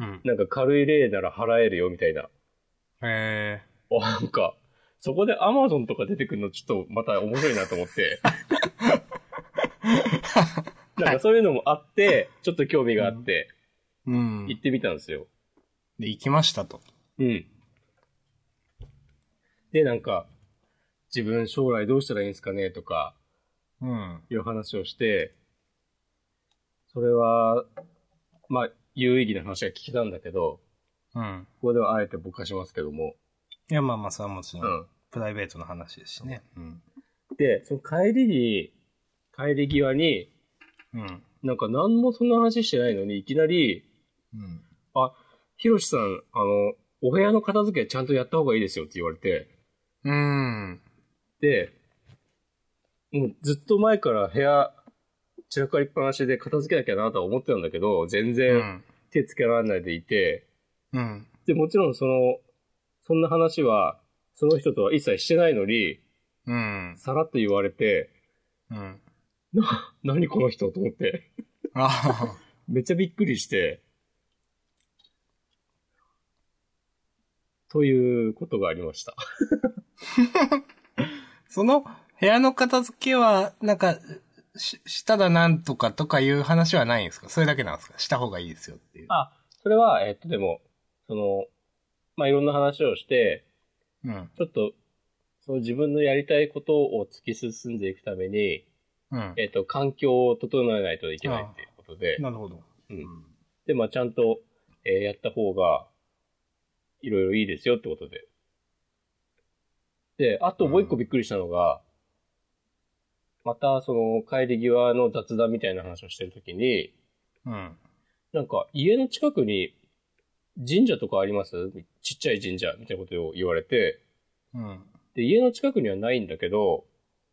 Speaker 1: うん。
Speaker 2: なんか軽い例なら払えるよ、みたいな。
Speaker 1: え
Speaker 2: おなんか、そこで Amazon とか出てくるのちょっとまた面白いなと思 って。なんかそういうのもあって、ちょっと興味があって、
Speaker 1: ー、うん。
Speaker 2: 行ってみたんですよ。
Speaker 1: で、行きましたと。
Speaker 2: うん。で、なんか、自分将来どうしたらいいんですかねとか、
Speaker 1: うん。
Speaker 2: いう話をして、それは、まあ、有意義な話が聞けたんだけど、
Speaker 1: うん。
Speaker 2: ここではあえてぼかしますけども。
Speaker 1: いや、まあまあ、それはもち
Speaker 2: う
Speaker 1: ろん、プライベートの話ですしね。うん。
Speaker 2: で、その帰りに、帰り際に、
Speaker 1: うん。
Speaker 2: なんか何もそんな話してないのに、いきなり、
Speaker 1: うん。
Speaker 2: ひろしさん、あの、お部屋の片付けちゃんとやった方がいいですよって言われて、
Speaker 1: うん。
Speaker 2: で、もうずっと前から部屋散らかりっぱなしで片付けなきゃなとは思ってたんだけど、全
Speaker 1: う
Speaker 2: 然
Speaker 1: ん。
Speaker 2: 手つけられないでいて、
Speaker 1: うん。
Speaker 2: で、もちろんその、そんな話は、その人とは一切してないのに、
Speaker 1: うん。
Speaker 2: さらっと言われて、
Speaker 1: うん。
Speaker 2: な、何この人と思って、
Speaker 1: あ
Speaker 2: めっちゃびっくりして、ということがありました。
Speaker 1: あ。その、部屋の片付けは、なんか、し、したらなんとかとかいう話はないんですかそれだけなんですかした方がいいですよっていう。
Speaker 2: あ、それは、えっと、でも、その、まあ、いろんな話をして、
Speaker 1: うん。
Speaker 2: ちょっと、その自分のやりたいことを突き進んでいくために、
Speaker 1: うん。
Speaker 2: えっ、と、環境を整えないといけないっていうことで、
Speaker 1: なるほど。
Speaker 2: うんで、まあ、ちゃんと、えーやった方が、いろいろいいですよってことで。で、あともう一個びっくりしたのが、また、その、帰り際の雑談みたいな話をしてるときに、
Speaker 1: うん。
Speaker 2: なんか、家の近くに、神社とかありますちっちゃい神社みたいなことを言われて、
Speaker 1: うん。
Speaker 2: で、家の近くにはないんだけど、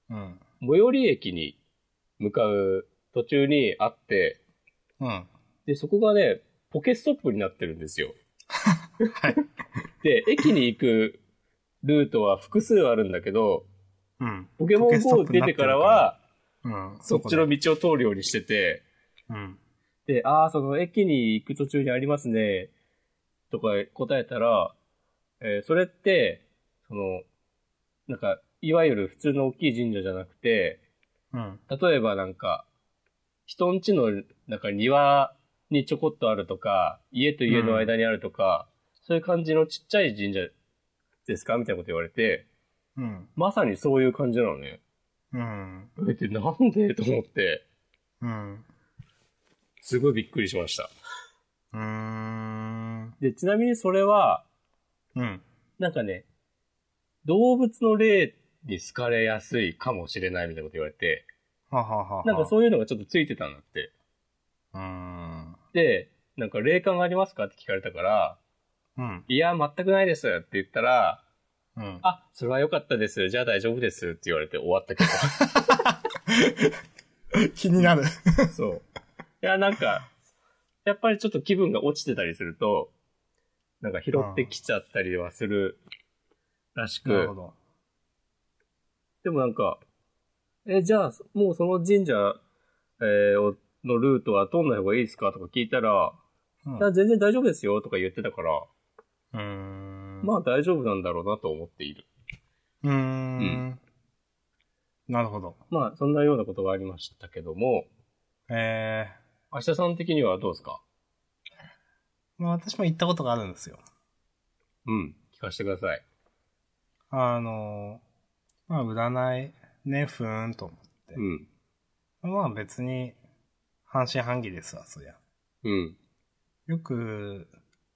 Speaker 1: うん。
Speaker 2: 最寄り駅に向かう途中にあって、
Speaker 1: うん。
Speaker 2: で、そこがね、ポケストップになってるんですよ。
Speaker 1: はい。
Speaker 2: で、駅に行くルートは複数あるんだけど、
Speaker 1: うん。
Speaker 2: ポケモ
Speaker 1: ポ
Speaker 2: ン GO
Speaker 1: ケ
Speaker 2: 出
Speaker 1: ストップになっててる
Speaker 2: か
Speaker 1: からら
Speaker 2: は、
Speaker 1: うん。
Speaker 2: そっちの
Speaker 1: こ
Speaker 2: 道を通るようにしてて、
Speaker 1: でうん。
Speaker 2: で、ああ、その駅に行く途中にありますね、とか答えたら、えーそれって、その、なんか、いわゆる普通の大きい神社じゃなくて、
Speaker 1: うん。
Speaker 2: 例えばなんか、人ん家のなんか庭にちょこっとあるとか、家と家の間にあるとか、そういう感じのちっちゃい神社ですかみたいなこと言われて、
Speaker 1: うん。
Speaker 2: まさにそういう感じなのね。
Speaker 1: うん。
Speaker 2: え、ってなんでと思って、
Speaker 1: うん。
Speaker 2: すごいびっくりしました。
Speaker 1: うーん。
Speaker 2: で、ちなみにそれは、
Speaker 1: うん。
Speaker 2: なんかね、動物の霊に好かれやすいかもしれないみたいなこと言われて、
Speaker 1: はははは。
Speaker 2: なんかそういうのがちょっとついてたんだって。
Speaker 1: う。うん。
Speaker 2: で、なんか霊感がありますかって聞かれたから、
Speaker 1: うん。
Speaker 2: いや、全くないですって言ったら、
Speaker 1: うん。
Speaker 2: あ、それは良かったです。じゃあ大丈夫ですって言われて終わったけ
Speaker 1: 気になる。
Speaker 2: ど。そう。いや、なんか、やっぱりちょっと気分が落ちてたりすると、なんか拾ってきちゃったりはするらし
Speaker 1: なる
Speaker 2: く
Speaker 1: ほ、ど。
Speaker 2: でもなんか、え、じゃあ、もうその神社、えーをのルートは通んない方がいいですかとか聞いたら、
Speaker 1: う
Speaker 2: いや全然大丈夫ですよとか言ってたから、
Speaker 1: ーん。
Speaker 2: まあ大丈夫なんだろうなと思っている。
Speaker 1: うー。
Speaker 2: うん
Speaker 1: なるほど。
Speaker 2: まあそんなようなことがありましたけども、
Speaker 1: え
Speaker 2: 明日さん的にはどうですか
Speaker 1: ー、まあ私も行ったことがあるんですよ。
Speaker 2: うん。聞かせてください。
Speaker 1: あの、まあ占い、ね、ふーんと思って。
Speaker 2: うん。
Speaker 1: まあ別に、半信半疑ですわ、そりゃ。
Speaker 2: うん。
Speaker 1: よく、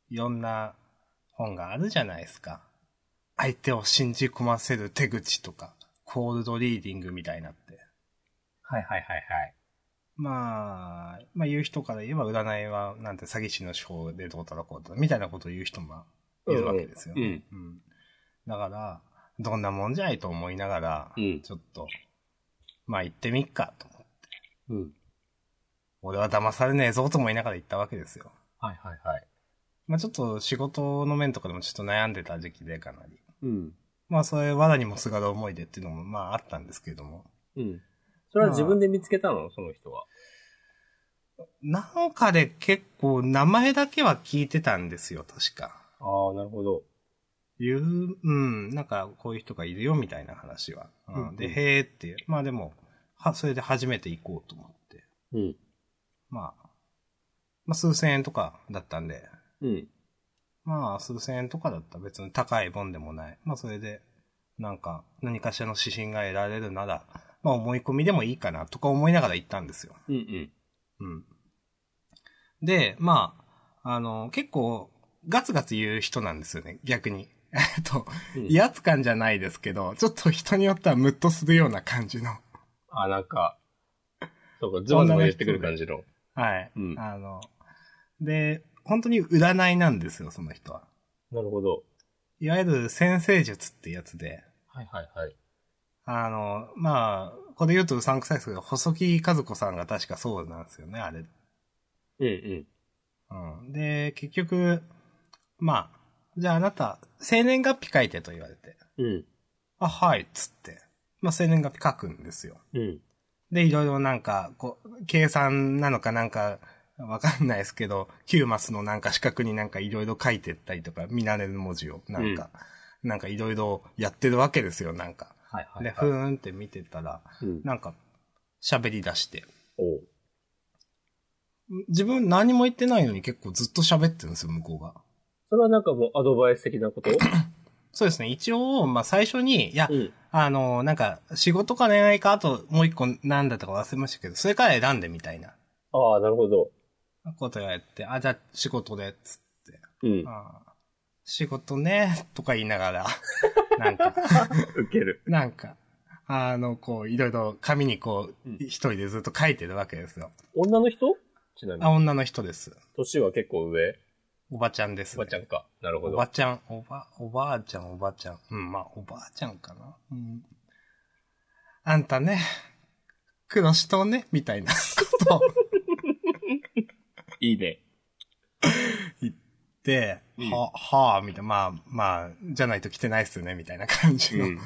Speaker 1: いろんな本があるじゃないですか。相手を信じ込ませる手口とか、コールドリーディングみたいなって。
Speaker 2: はいはいはいはい。
Speaker 1: まあ、まあ言う人から言えば占いはなんて詐欺師の手法でどうたらこうたらみたいなことを言う人もいるわけですよね。
Speaker 2: うん。
Speaker 1: うんだから、どんなもんじゃいと思いながら、
Speaker 2: うん
Speaker 1: ちょっと、まあ行ってみっかと思っ
Speaker 2: うん。
Speaker 1: 俺は騙されねえぞと思いながら行ったわけですよ。
Speaker 2: はいはいはい。
Speaker 1: まあちょっと仕事の面とかでもちょっと悩んでた時期でかなり。
Speaker 2: うん。
Speaker 1: まあそれ、藁にもすがる思い出っていうのもまああったんですけれども。
Speaker 2: うん。それは自分で見つけたのその人は。
Speaker 1: なんかで結構名前だけは聞いてたんですよ、確か。
Speaker 2: ああ、なるほど。
Speaker 1: 言う、うん、なんかこういう人がいるよみたいな話は。うん
Speaker 2: うん
Speaker 1: で、へえって。まあでも、は、それで初めて行こうと思って。
Speaker 2: うん。
Speaker 1: まあ、まあ数千円とかだったんで、
Speaker 2: うん。
Speaker 1: まあ、数千円とかだったら別に高いもんでもない。まあ、それで、なんか、何かしらの指針が得られるなら、まあ、思い込みでもいいかな、とか思いながら行ったんですよ。
Speaker 2: うんうん。
Speaker 1: うん。で、まあ、あの、結構、ガツガツ言う人なんですよね、逆に。 えっと、
Speaker 2: うん
Speaker 1: 威圧感じゃないですけど、ちょっと人によってはムッとするような感じの、
Speaker 2: あ、なんか、そうか、ズバズバ言ってくる感じの。
Speaker 1: はい。
Speaker 2: うん
Speaker 1: あの、で、本当に占いなんですよ、その人は。
Speaker 2: なるほど。
Speaker 1: いわゆる先生術ってやつで、
Speaker 2: はいはいはい。
Speaker 1: あの、まあ、これ言うとうさんくさいですけど、細木和子さんが確かそうなんですよね、あれ。
Speaker 2: うん
Speaker 1: うん。で、結局、まあ、じゃああなた、生年月日書いてと言われて、
Speaker 2: うん。うん。
Speaker 1: あ、はい、っつって。まあ、生年月日書くんですよ。
Speaker 2: うん。
Speaker 1: で、いろいろなんか、こう、計算なのかなんか、わかんないですけど、9マスのなんか四角になんかいろいろ書いてったりとか、見慣れる文字を、なんか、なんかいろいろやってるわけですよ、なんか。
Speaker 2: はいはい、はい。
Speaker 1: で、ふーんって見てたら、
Speaker 2: うん。
Speaker 1: なんか、喋り出して。
Speaker 2: おう
Speaker 1: 自分何も言ってないのに結構ずっと喋ってるんですよ、向こうが。
Speaker 2: それはなんかもうアドバイス的なこと
Speaker 1: そうですね。一応、まあ最初に、いや、
Speaker 2: うん。
Speaker 1: あの、なんか、仕事か恋愛か、あともう一個なんだとか忘れましたけど、それから選んでみたいな
Speaker 2: ああ、なるほど。
Speaker 1: ことやって、あ、じゃあ仕事で、つって。
Speaker 2: うん。
Speaker 1: ああ仕事ね、とか言いながら、なんか、
Speaker 2: 受ける。
Speaker 1: なんか、あの、こう、いろいろ紙にこう
Speaker 2: うん、
Speaker 1: 一人でずっと書いてるわけですよ。
Speaker 2: 女の人ちなみ
Speaker 1: あ、
Speaker 2: に。
Speaker 1: 女の人です。
Speaker 2: 年は結構上
Speaker 1: おばちゃんです、
Speaker 2: おばちゃんか。なるほ
Speaker 1: お
Speaker 2: ど。
Speaker 1: ばちゃん、おば、おばあちゃん、おばちゃん。うん、まあ、おばあちゃんかな。うん。あんたね、黒しとうね、みたいなことを
Speaker 2: いいね。
Speaker 1: 言って、
Speaker 2: うん
Speaker 1: は、はあ、みたいな、まあ、まあ、じゃないと来てないっすよね、みたいな感じの。
Speaker 2: うん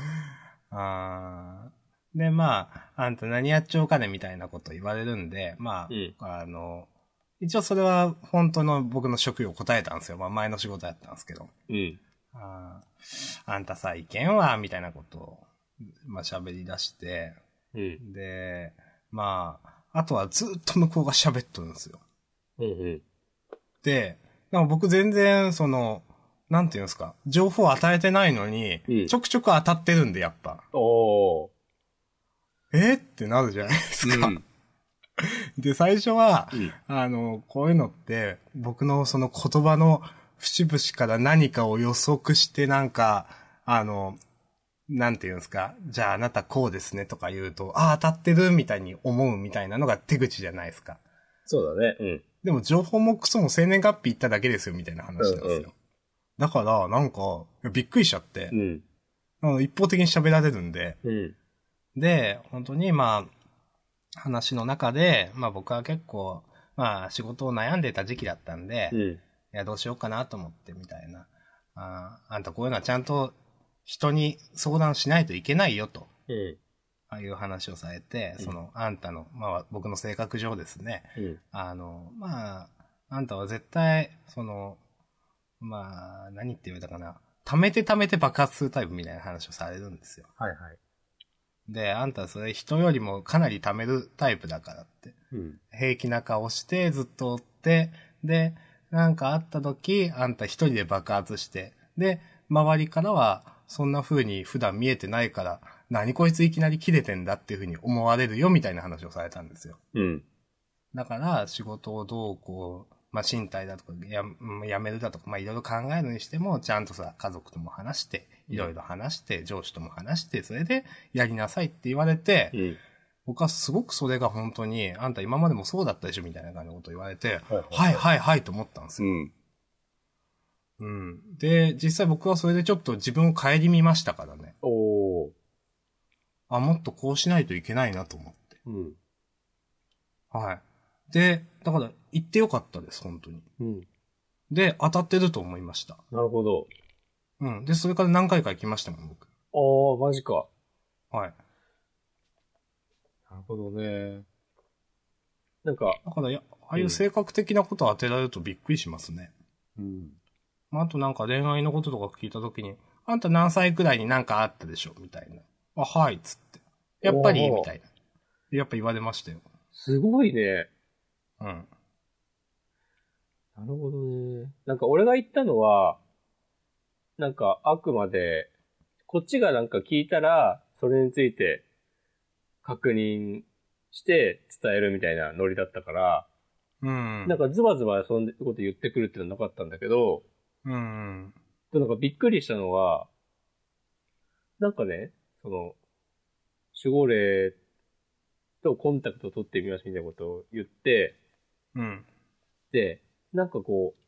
Speaker 1: あーで、まあ、あんた何やっちゃおうかね、みたいなこと言われるんで、まあ、
Speaker 2: うん
Speaker 1: あの、一応それは本当の僕の職業を答えたんですよ。まあ、前の仕事だったんですけど。
Speaker 2: うん。
Speaker 1: あーあんたさ、いけんわ、みたいなことを、まあ、喋り出して、
Speaker 2: うん。
Speaker 1: で、まあ、あとはずっと向こうが喋っとるんですよ。
Speaker 2: うんうん。
Speaker 1: で、なんか僕全然、その、なんていうんですか、情報を与えてないのに、
Speaker 2: うん
Speaker 1: ちょくちょく当たってるんで、やっぱ。
Speaker 2: おー。
Speaker 1: えーってなるじゃないですか。
Speaker 2: うん。
Speaker 1: で、最初は、
Speaker 2: うん
Speaker 1: あの、こういうのって、僕のその言葉の節々から何かを予測して、なんか、あの、なんて言うんですか、じゃああなたこうですねとか言うと、ああ、当たってるみたいに思うみたいなのが手口じゃないですか。
Speaker 2: そうだね。うん。
Speaker 1: でも情報もクソも生年月日言っただけですよみたいな話なんですよ。
Speaker 2: うんうん
Speaker 1: だから、なんか、いやびっくりしちゃって、
Speaker 2: うん。
Speaker 1: あの一方的に喋られるんで、
Speaker 2: うん。
Speaker 1: で、本当にまあ、話の中で、まあ僕は結構、まあ仕事を悩んでた時期だったんで、
Speaker 2: う
Speaker 1: い
Speaker 2: ん。
Speaker 1: やどうしようかなと思ってみたいな。あーあんたこういうのはちゃんと人に相談しないといけないよと。
Speaker 2: うん。
Speaker 1: ああいう話をされて、
Speaker 2: うん
Speaker 1: その、あんたの、まあ、僕の性格上ですね。
Speaker 2: うん。
Speaker 1: あの、まあ、あんたは絶対、その、まあ、何って言われたかな。溜めて溜めて爆発するタイプみたいな話をされるんですよ。
Speaker 2: はいはい。
Speaker 1: で、あんたそれ人よりもかなり貯めるタイプだからって。
Speaker 2: うん。
Speaker 1: 平気な顔してずっと追って、で、なんかあった時、あんた一人で爆発して、で、周りからは、そんな風に普段見えてないから、何こいついきなり切れてんだっていう風に思われるよみたいな話をされたんですよ。
Speaker 2: うん。
Speaker 1: だから、仕事をどうこう、まあ、身体だとかや、うんやめるだとか、まあ、いろいろ考えるにしても、ちゃんとさ、家族とも話して、いろいろ話して、上司とも話して、それでやりなさいって言われて、
Speaker 2: うん。
Speaker 1: 僕はすごくそれが本当に、あんた今までもそうだったでしょみたいな感じのことを言われて、
Speaker 2: はい
Speaker 1: はいはいはいと思ったんです
Speaker 2: う
Speaker 1: よ。
Speaker 2: ん。
Speaker 1: うん。で、実際僕はそれでちょっと自分を顧みましたからね。
Speaker 2: おー。
Speaker 1: あ、もっとこうしないといけないなと思って。
Speaker 2: うん。
Speaker 1: はい。で、だから行ってよかったです、本当に。
Speaker 2: うん。
Speaker 1: で、当たってると思いました。
Speaker 2: なるほど。
Speaker 1: うん。で、それから何回か行きましたもん、僕。
Speaker 2: ああ、マジか。
Speaker 1: はい。
Speaker 2: なるほどね。なんか、
Speaker 1: だからや、ああいう性格的なことを当てられるとびっくりしますね。
Speaker 2: うん。
Speaker 1: まあ、あとなんか恋愛のこととか聞いたときに、あんた何歳くらいになんかあったでしょみたいな。あ、はい、つって。やっぱり
Speaker 2: おー
Speaker 1: みたいな。やっぱ言われましたよ。
Speaker 2: すごいね。
Speaker 1: うん。
Speaker 2: なるほどね。なんか俺が言ったのは、なんかあくまで、こっちがなんか聞いたら、それについて確認して伝えるみたいなノリだったから、
Speaker 1: うん。
Speaker 2: なんかズバズバそんなこと言ってくるっていうのはなかったんだけど、
Speaker 1: うん。
Speaker 2: でもなんかびっくりしたのは、なんかね、その、守護霊とコンタクトを取ってみましたみたいなことを言って、
Speaker 1: うん。
Speaker 2: で、なんかこう、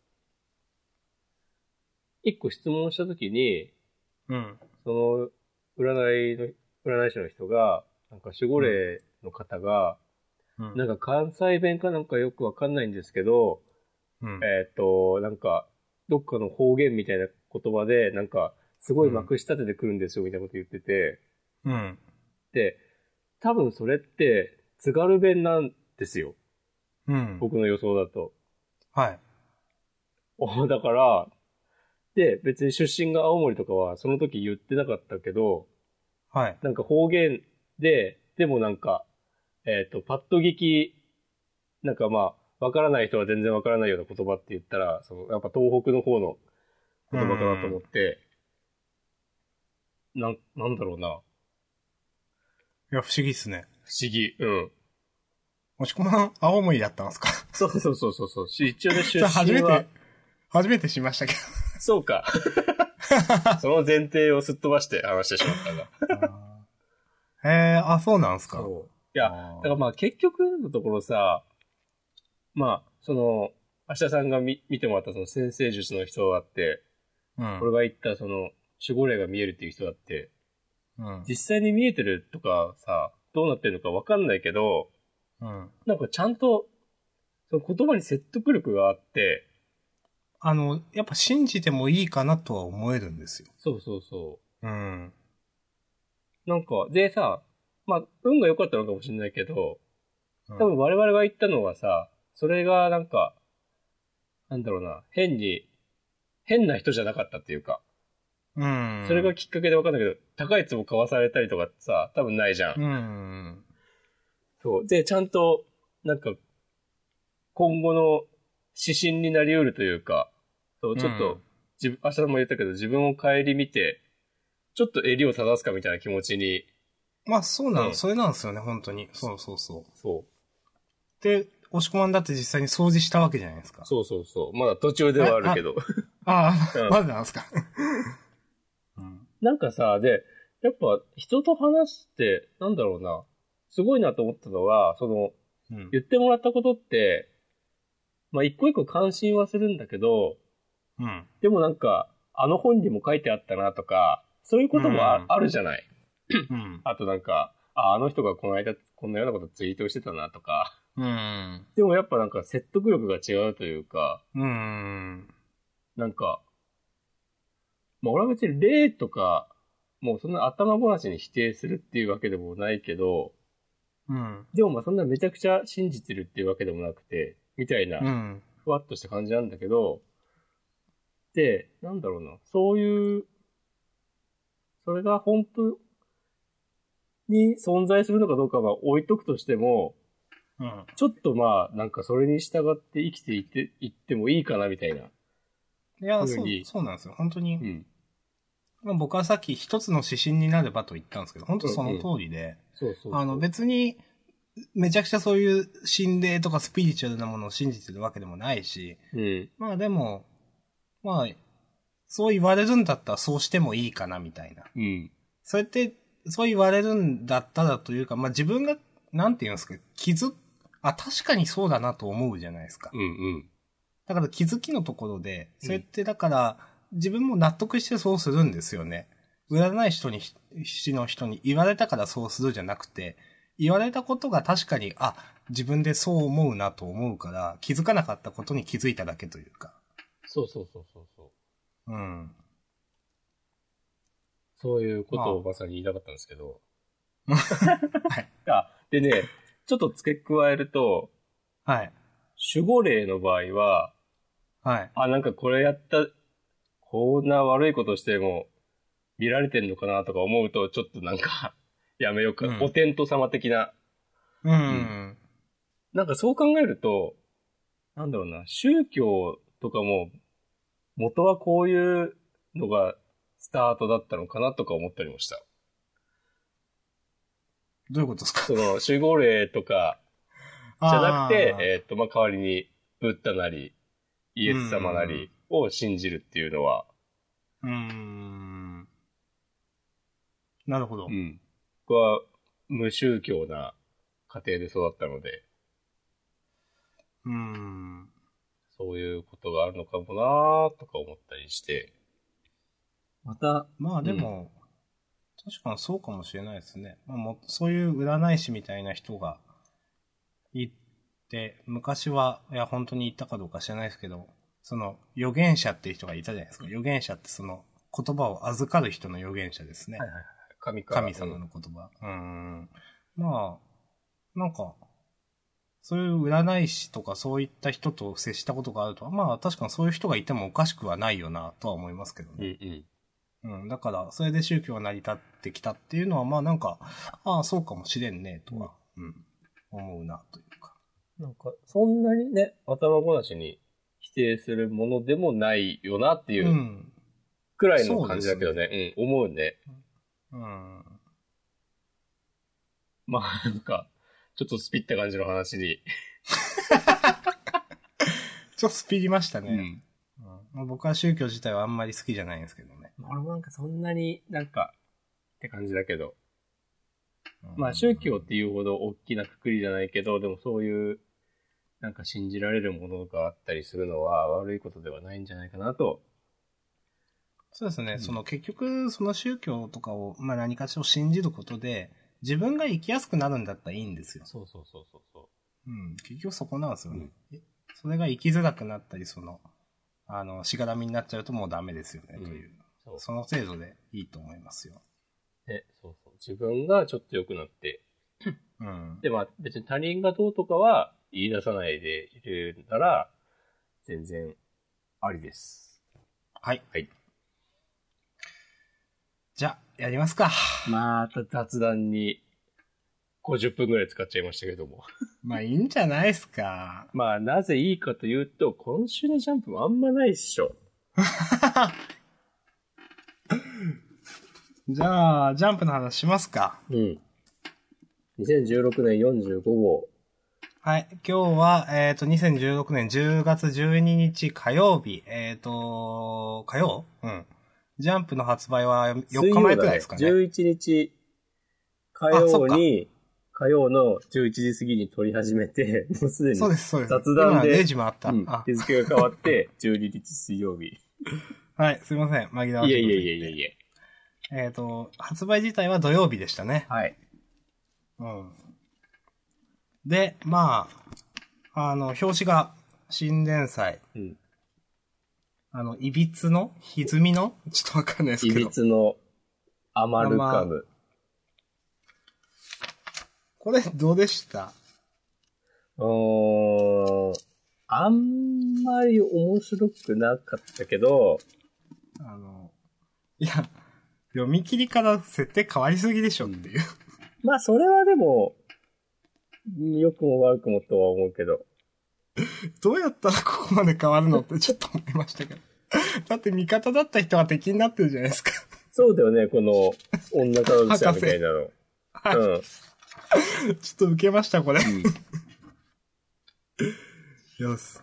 Speaker 2: 一個質問したときに、
Speaker 1: うん。
Speaker 2: その、占いの、占い師の人が、なんか守護霊の方が、
Speaker 1: うん。
Speaker 2: なんか関西弁かなんかよくわかんないんですけど、
Speaker 1: うん。
Speaker 2: えっ、と、なんか、どっかの方言みたいな言葉で、なんか、すごいまくし立ててくるんですよ、みたいなこと言ってて、
Speaker 1: うん。
Speaker 2: で、多分それって、津軽弁なんですよ。
Speaker 1: うん。
Speaker 2: 僕の予想だと。
Speaker 1: はい。
Speaker 2: お だから、で、別に出身が青森とかはその時言ってなかったけど、
Speaker 1: はい。
Speaker 2: なんか方言で、でもなんか、えっ、と、パッと聞き、なんかまあ、わからない人は全然わからないような言葉って言ったら、その、やっぱ東北の方の言葉かなと思って、なん、なんだろうな、
Speaker 1: いや、不思議っすね。
Speaker 2: 不思議。うん。
Speaker 1: もしこまん、青森だったんですか
Speaker 2: そうそうそうそうそう。し一応 ね、
Speaker 1: そ
Speaker 2: 出身
Speaker 1: れ
Speaker 2: は。
Speaker 1: 初めて、初めてしましたけ
Speaker 2: そうか。 その前提をすっ飛ばして話してしまったが。
Speaker 1: ど。 えー、あ、そうなんすか
Speaker 2: そう。いや、
Speaker 1: あー
Speaker 2: だからまあ結局のところさ、まあ、その、明日さんが見見てもらったその先生術の人だって、
Speaker 1: うん。
Speaker 2: 俺が言ったその守護霊が見えるっていう人だって、
Speaker 1: うん。
Speaker 2: 実際に見えてるとかさ、どうなってるのかわかんないけど、
Speaker 1: うん。
Speaker 2: なんかちゃんと、その言葉に説得力があって、
Speaker 1: あの、やっぱ信じてもいいかなとは思えるんですよ。
Speaker 2: そうそうそ
Speaker 1: うん。
Speaker 2: う。なんか、でさ、まあ、運が良かったのかもしれないけど、
Speaker 1: 多
Speaker 2: 多分我々が言ったのはさ、それがなんか、なんだろうな、変に、変な人じゃなかったっていうか、
Speaker 1: うん。
Speaker 2: それがきっかけでわかんないけど、高い壺買わされたりとかさ、多分ないじゃん。
Speaker 1: うん。
Speaker 2: そう。で、ちゃんと、なんか、今後の指針になり得るというか、そうちょっと、
Speaker 1: うん
Speaker 2: 自分、明日も言ったけど、自分を顧みて、ちょっと襟を正すかみたいな気持ちに、
Speaker 1: まあ、そうな
Speaker 2: うん
Speaker 1: ん、それなんですよね、本当に。そうそうそう。
Speaker 2: そう。
Speaker 1: で、押し込まんだって実際に掃除したわけじゃないですか。
Speaker 2: そうそうそう。まだ途中ではあるけど。
Speaker 1: あ
Speaker 2: うん
Speaker 1: あ、まだなんですか。うん。
Speaker 2: なんかさ、で、やっぱ人と話して、なんだろうな、すごいなと思ったのは、その、
Speaker 1: うん。
Speaker 2: 言ってもらったことって、まあ、一個一個関心はするんだけど、
Speaker 1: うん。
Speaker 2: でもなんか、あの本にも書いてあったなとか、そういうこともあ,、
Speaker 1: うん
Speaker 2: あるじゃない。
Speaker 1: うん。
Speaker 2: あとなんか、あ、あの人がこの間こんなようなことツイートしてたなとか。
Speaker 1: うん。
Speaker 2: でもやっぱなんか説得力が違うというか、
Speaker 1: うん。
Speaker 2: なんか、まあ俺は別に例とか、もうそんな頭ごなしに否定するっていうわけでもないけど、
Speaker 1: うん。
Speaker 2: でもまあそんなめちゃくちゃ信じてるっていうわけでもなくて、みたいな
Speaker 1: う、ん。
Speaker 2: ふわっとした感じなんだけど、で、なんだろうな、そういう、それが本当に存在するのかどうかは置いとくとしても、
Speaker 1: うん。
Speaker 2: ちょっとまあ、なんかそれに従って生きていって、いってもいいかなみたいな。
Speaker 1: いや、
Speaker 2: ふ
Speaker 1: そうう
Speaker 2: に、
Speaker 1: そうなんですよ。本当に
Speaker 2: う。ん。
Speaker 1: まあ僕はさっき一つの指針になればと言ったんですけど、本当その通りで、
Speaker 2: そうそうそう。
Speaker 1: あの別に、めちゃくちゃそういう心霊とかスピリチュアルなものを信じてるわけでもないし、
Speaker 2: うん。
Speaker 1: まあでも、まあ、そう言われるんだったらそうしてもいいかなみたいな。
Speaker 2: うん。
Speaker 1: それって、そう言われるんだったらというか、まあ自分が、なんて言うんですか、気づ、あ、確かにそうだなと思うじゃないですか
Speaker 2: う。んうん。
Speaker 1: だから気づきのところで、それってだから、自分も納得してそうするんですよね。占い人に、師の人に言われたからそうするじゃなくて、言われたことが確かに、あ、自分でそう思うなと思うから、気づかなかったことに気づいただけというか。
Speaker 2: そうそうそうそうそう。
Speaker 1: うん。
Speaker 2: そういうことをまさに言いたかったんですけど。
Speaker 1: はい。
Speaker 2: あ、でね、ちょっと付け加えると、
Speaker 1: はい。
Speaker 2: 守護霊の場合は、
Speaker 1: はい。
Speaker 2: あ、なんかこれやった、こんな悪いことしても、見られてんのかなとか思うと、ちょっとなんか、 やめようか、
Speaker 1: うん
Speaker 2: お天道様的な。
Speaker 1: うん。
Speaker 2: なんかそう考えると、なんだろうな、宗教とかも、元はこういうのがスタートだったのかなとか思ったりもした。
Speaker 1: どういうことですか
Speaker 2: その、守護霊とか、じゃなくて、えーっと、まあ、代わりに、ブッダなり、イエス様なりを信じるっていうのは、
Speaker 1: あーうーん。なるほど。
Speaker 2: ん。僕は、無宗教な家庭で育ったので、
Speaker 1: うん。
Speaker 2: そういうことがあるのかもなーとか思ったりして。また、
Speaker 1: まあでも、確かにそうかもしれないですね。まあ、もそういう占い師みたいな人がいて、昔は、いや、本当にいたかどうか知らないですけど、その、預言者っていう人がいたじゃないですか。預言者ってその、言葉を預かる人の預言者ですね。
Speaker 2: はいはいはい、神から
Speaker 1: 神様の言葉。うん。まあ、なんか、そういう占い師とかそういった人と接したことがあると、まあ確かにそういう人がいてもおかしくはないよなとは思いますけどね。
Speaker 2: うんうん。
Speaker 1: うん、だから、それで宗教が成り立ってきたっていうのは、まあなんか、ああ、そうかもしれんね、とは、うん、思うな、というか。。
Speaker 2: なんか、そんなにね、頭ごなしに否定するものでもないよなっていううんくらいの感じだけどね、うん、思うね。
Speaker 1: うん。
Speaker 2: まあ、なんか、ちょっとスピった感じの話に。
Speaker 1: ちょっとスピりました
Speaker 2: う
Speaker 1: ね、。うんまあ僕は宗教自体はあんまり好きじゃないんですけどね。
Speaker 2: 俺もなんかそんなになんか、って感じだけど。
Speaker 1: うん
Speaker 2: まあ宗教っていうほど大きなくくりじゃないけど、でもそういう、なんか信じられるものがあったりするのは悪いことではないんじゃないかなと。
Speaker 1: そうですね、
Speaker 2: うん
Speaker 1: その結局、その宗教とかを、まあ何かしらを信じることで、自分が生きやすくなるんだったらいいんですよ。
Speaker 2: そうそうそうそうそ
Speaker 1: うん、結局そこなんですよね。
Speaker 2: うん
Speaker 1: えそれが生きづらくなったり、その、あの、しがらみになっちゃうともうダメですよね、
Speaker 2: うん
Speaker 1: という。
Speaker 2: う。
Speaker 1: その程度でいいと思いますよ。
Speaker 2: ね、そうそう。自分がちょっと良くなって。
Speaker 1: うん。
Speaker 2: で、まあ別に他人がどうとかは言い出さないでいるなら、全然ありです。
Speaker 1: はい。
Speaker 2: はい。
Speaker 1: じゃあ、やりますか。
Speaker 2: また雑談に50分ぐらい使っちゃいましたけども。
Speaker 1: まあ、いいんじゃないですか。
Speaker 2: まあなぜいいかというと、今週のジャンプもあんまないっしょ。
Speaker 1: じゃあ、ジャンプの話しますか。
Speaker 2: うん。2016年45号。
Speaker 1: はい。今日は、えっ、と、2016年10月12日火曜日、えっ、と、火曜うん。ジャンプの発売は4日前くらいですかね。
Speaker 2: 水曜だ11日、火
Speaker 1: あそ
Speaker 2: 曜
Speaker 1: っか
Speaker 2: に、火曜の11時過ぎに撮り始めて、 もうすでに
Speaker 1: そうです、そうです。
Speaker 2: 雑談で
Speaker 1: 今0時もあった。
Speaker 2: うん
Speaker 1: あ
Speaker 2: 日付が変わって、12日水 曜日。い
Speaker 1: はい、すいません。紛らわ
Speaker 2: えい
Speaker 1: し
Speaker 2: え
Speaker 1: いこと言って。
Speaker 2: いえいえいえ。
Speaker 1: えっ、と、発売自体は土曜日でしたね。
Speaker 2: はい。
Speaker 1: うん。で、まあ、あの、表紙が、新連載。
Speaker 2: うん。
Speaker 1: あの、いびつの歪みのちょっとわかんないです
Speaker 2: い
Speaker 1: け
Speaker 2: び
Speaker 1: ど。
Speaker 2: つのアマルカム。
Speaker 1: これ、どうでした
Speaker 2: うーん。あんまり面白くなかったけど、
Speaker 1: あの、いや、読み切りから設定変わりすぎでしょっていう。
Speaker 2: まあそれはでも、良くも悪くもとは思うけど。
Speaker 1: どうやったらここまで変わるのってちょっと思いましたけど。だって味方だった人が敵になってるじゃないですか。
Speaker 2: そうだよね、この女科学者みたいなの。
Speaker 1: はい
Speaker 2: う
Speaker 1: ちょ
Speaker 2: ん。
Speaker 1: っと受けました、これ。よし。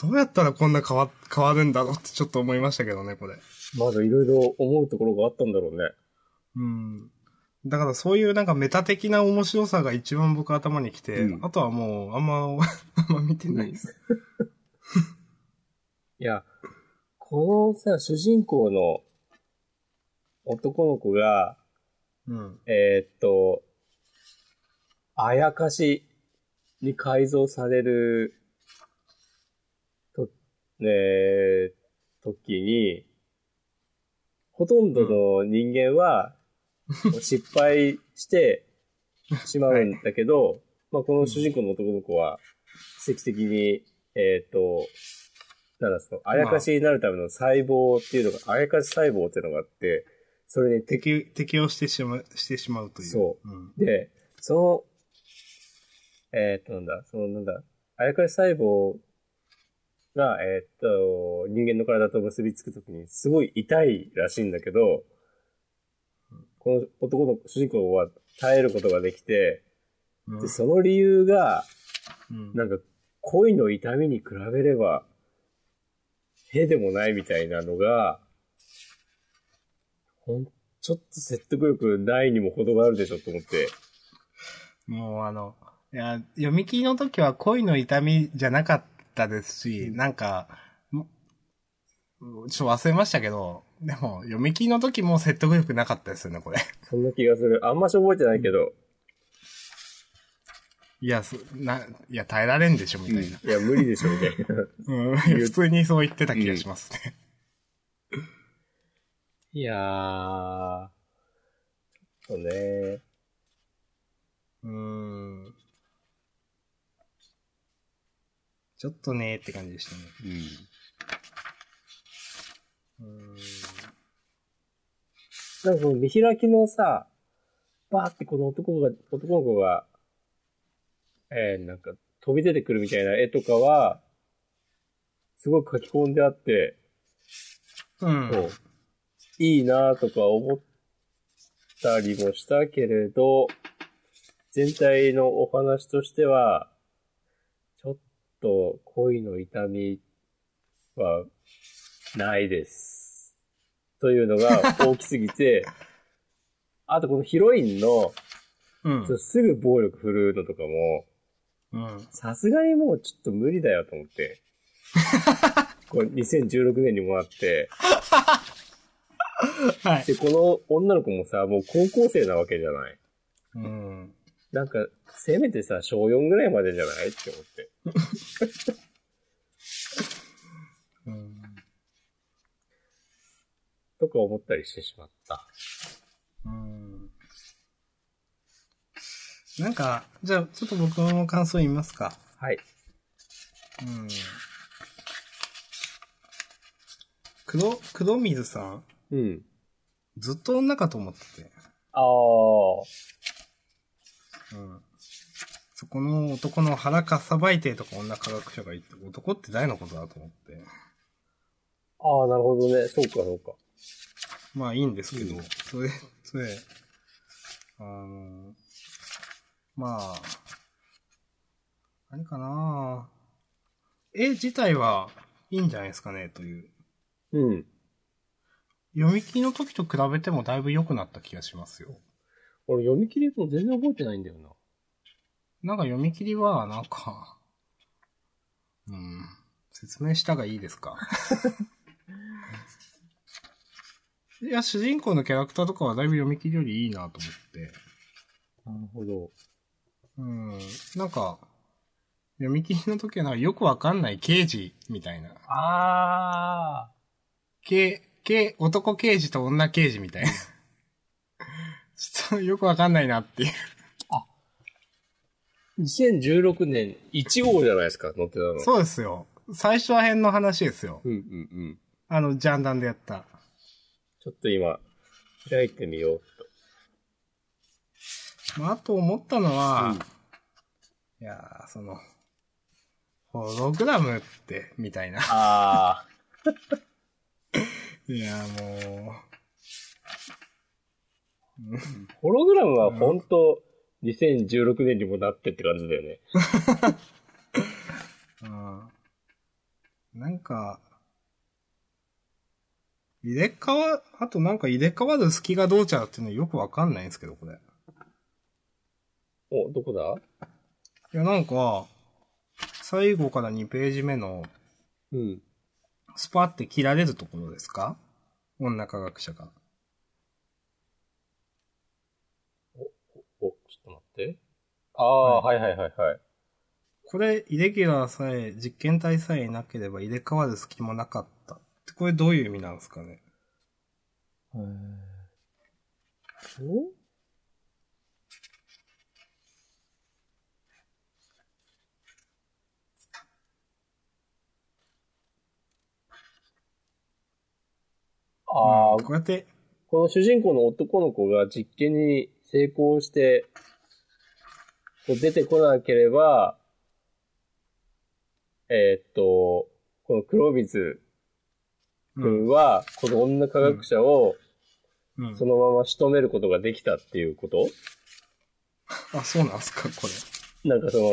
Speaker 1: どうやったらこんな変わ、変わるんだろうってちょっと思いましたけどね、これ。
Speaker 2: まだいろいろ思うところがあったんだろうね。
Speaker 1: うん。だからそういうなんかメタ的な面白さが一番僕頭に来て、
Speaker 2: うん
Speaker 1: あとはもうあんま、 あんま見てないです。
Speaker 2: いや、このさ、主人公の男の子が、
Speaker 1: うん。
Speaker 2: えーっと、あやかしに改造される、と、ね、時に、ほとんどの人間は、失敗してしまうんだけど、まあこの主人公の男の子は、奇跡的に、えっ、と、なんだその、あやかしになるための細胞っていうのが、あやかし細胞っていうのがあって、それに適
Speaker 1: 適適応してしまう、してしまうという。。
Speaker 2: そう
Speaker 1: ん。
Speaker 2: で、その、えーっと、なんだ、その、なんだ、あやかし細胞が、えーっと、人間の体と結びつくときに、すごい痛いらしいんだけど、この男の主人公は耐えることができて、
Speaker 1: うん
Speaker 2: でその理由が、
Speaker 1: うん
Speaker 2: なんか、恋の痛みに比べれば、へでもないみたいなのが、ほん、ちょっと説得力ないにも程があるでしょと思って。
Speaker 1: もうあの、いや、読み切りの時は恋の痛みじゃなかったですし、なんか、もちょっと忘れましたけど、でも、読み切りの時も説得力なかったですよね、これ。
Speaker 2: そんな気がする。あんまし覚えてないけど。
Speaker 1: いや、そな、いや、耐えられんでしょ、みたいな。
Speaker 2: いや、無理でしょ、みたいな。
Speaker 1: うん、普通にそう言ってた気がしますね。
Speaker 2: いやー。ちょっとね。
Speaker 1: うん。ちょっとねーって感じでしたね。うん。
Speaker 2: なんかその見開きのさ、バーってこの男が、男の子が、えー、なんか飛び出てくるみたいな絵とかは、すごく書き込んであって、
Speaker 1: うん。
Speaker 2: こういいなとか思ったりもしたけれど、全体のお話としては、ちょっと恋の痛みはないです。というの が大きすぎて、あとこのヒロインの
Speaker 1: うん
Speaker 2: ちょ。すぐ暴力振るうのとかも、
Speaker 1: うん。
Speaker 2: さすがにもうちょっと無理だよと 思って。これ2016年にもらって、
Speaker 1: はい。
Speaker 2: で、この女の子もさ、もう高校生なわけじゃない。
Speaker 1: うん。
Speaker 2: なんか、せめてさ、小4ぐらいまでじゃないって思って。
Speaker 1: うん。
Speaker 2: とか思ったりしてしまった。
Speaker 1: うんなんか、じゃあ、ちょっと僕の感想言いますか。
Speaker 2: はい。
Speaker 1: うん。黒、黒水さん、
Speaker 2: うん。
Speaker 1: ずっと女かと思ってて。
Speaker 2: あー。
Speaker 1: うん。そこの男の腹かさばいてとか女科学者が言って、男って誰のことだと思って。
Speaker 2: あー、なるほどね。そうか、そうか。
Speaker 1: まあいいんですけど、
Speaker 2: うん
Speaker 1: それ、それ、あの、まあ、何かな絵自体はいいんじゃないですかね、という。
Speaker 2: うん。
Speaker 1: 読み切りの時と比べてもだいぶ良くなった気がしますよ。
Speaker 2: 俺、読み切りも全然覚えてないんだよな。
Speaker 1: なんか読み切りは、なんか、うん、説明したがいいです か。いや、主人公のキャラクターとかはだいぶ読み切りよりいいなと思って。
Speaker 2: なるほど。
Speaker 1: うん。なんか、読み切りの時はなんかよくわかんない刑事みたいな。
Speaker 2: あ
Speaker 1: 刑、刑、男刑事と女刑事みたいな。 ちょっとよくわかんないなっていう。
Speaker 2: ー。2016年1号じゃないですか、載ってたの。
Speaker 1: そうですよ。最初ら辺の話ですよ。
Speaker 2: うんうんうん。
Speaker 1: あの、ジャンダンでやった。
Speaker 2: ちょっと今、開いてみようと。
Speaker 1: まあ、あと思ったのは、
Speaker 2: うん
Speaker 1: いやー、その、ホログラムって、みたいな。
Speaker 2: あ
Speaker 1: いやーもううん。
Speaker 2: ー。ホログラムは本当2016年にもなってって感じだよね。
Speaker 1: うんなんか、入れ替わ、あとなんか入れ替わる隙がどうちゃうっていうのよくわかんないんですけど、これ。い
Speaker 2: お、どこだ
Speaker 1: や、なんか、最後から2ページ目の、
Speaker 2: うん。
Speaker 1: スパって切られるところですか女科学者が。
Speaker 2: お、ちょっと待って。ああー、はいはいはいはい。
Speaker 1: これ、イレギュラーさえ、実験体さえいなければ入れ替わる隙もなかったって、これどういう意味なんですかね
Speaker 3: へー
Speaker 2: おああ、
Speaker 1: うんこうやって、
Speaker 2: この主人公の男の子が実験に成功して、こう出てこなければ、えーっと、この黒水
Speaker 1: うん
Speaker 2: 君は、この女科学者を
Speaker 1: うん
Speaker 2: そのまま仕留めることができたっていうこと、
Speaker 1: あ、そうなんすか、これ。
Speaker 2: なんかその、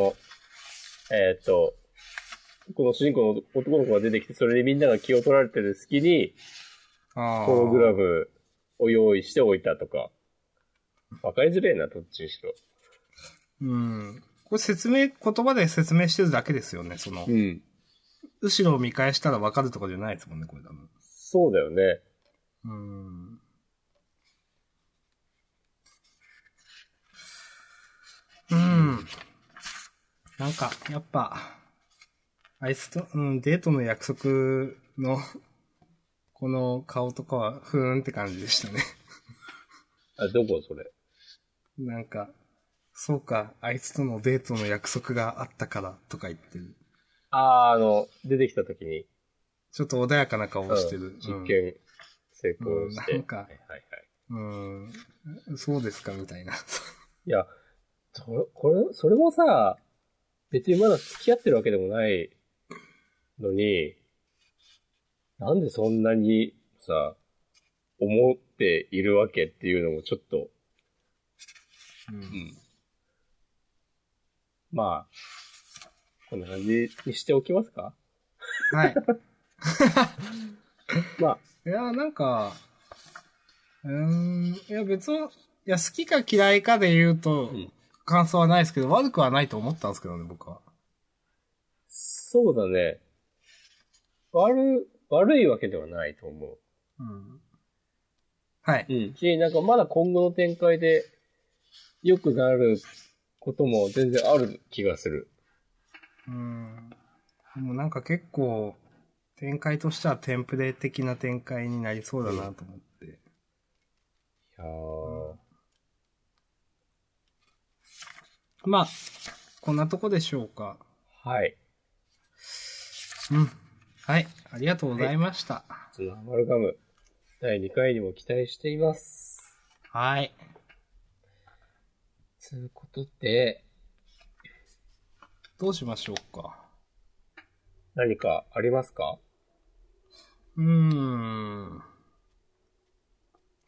Speaker 2: えーっと、この主人公の男の子が出てきて、それでみんなが気を取られてる隙に、
Speaker 1: ああ。
Speaker 2: ホログラムを用意しておいたとか。わかりづれえな、どっちにしろ。
Speaker 1: うん。これ説明、言葉で説明してるだけですよね、その。
Speaker 2: ん。
Speaker 1: 後ろを見返したらわかるとかじゃないですもんね、これ多分。
Speaker 2: そうだよね。
Speaker 1: うん。うん。なんか、やっぱ、あいつと、うん、デートの約束の、この顔とかは、ふーんって感じでしたね。
Speaker 2: あ、どこそれ。
Speaker 1: なんか、そうか、あいつとのデートの約束があったから、とか言ってる。
Speaker 2: あー、あの、出てきた時に、
Speaker 1: ちょっと穏やかな顔をして
Speaker 2: うん
Speaker 1: る。
Speaker 2: 実験成功して。
Speaker 1: うんなんか
Speaker 2: はいはいはい。
Speaker 1: うん。うんそうですか、みたいな。
Speaker 2: いや、そこれ、それもさ、別にまだ付き合ってるわけでもないのに、なんでそんなにさ、思っているわけっていうのもちょっと、まあ、こんな感じにしておきますか
Speaker 1: はい。
Speaker 2: まあ、
Speaker 1: いや、なんか、うーん、いや別に、いや好きか嫌いかで言うと
Speaker 2: うん、
Speaker 1: 感想はないですけど、悪くはないと思ったんですけどね、僕は。
Speaker 2: そうだね。悪、悪いわけではないと思
Speaker 1: うん。はい。
Speaker 2: う。うん。し、なんかまだ今後の展開で良くなることも全然ある気がする。
Speaker 1: うん。でもなんか結構、展開としてはテンプレ的な展開になりそうだなと思って。
Speaker 2: いやー
Speaker 1: まあ、こんなとこでしょうか。
Speaker 2: はい。
Speaker 1: うん。はい。ありがとうございました。
Speaker 2: そのアマルガム、第2回にも期待しています。
Speaker 1: はい。
Speaker 2: ということで、
Speaker 1: どうしましょうか。
Speaker 2: 何かありますか
Speaker 1: うーん。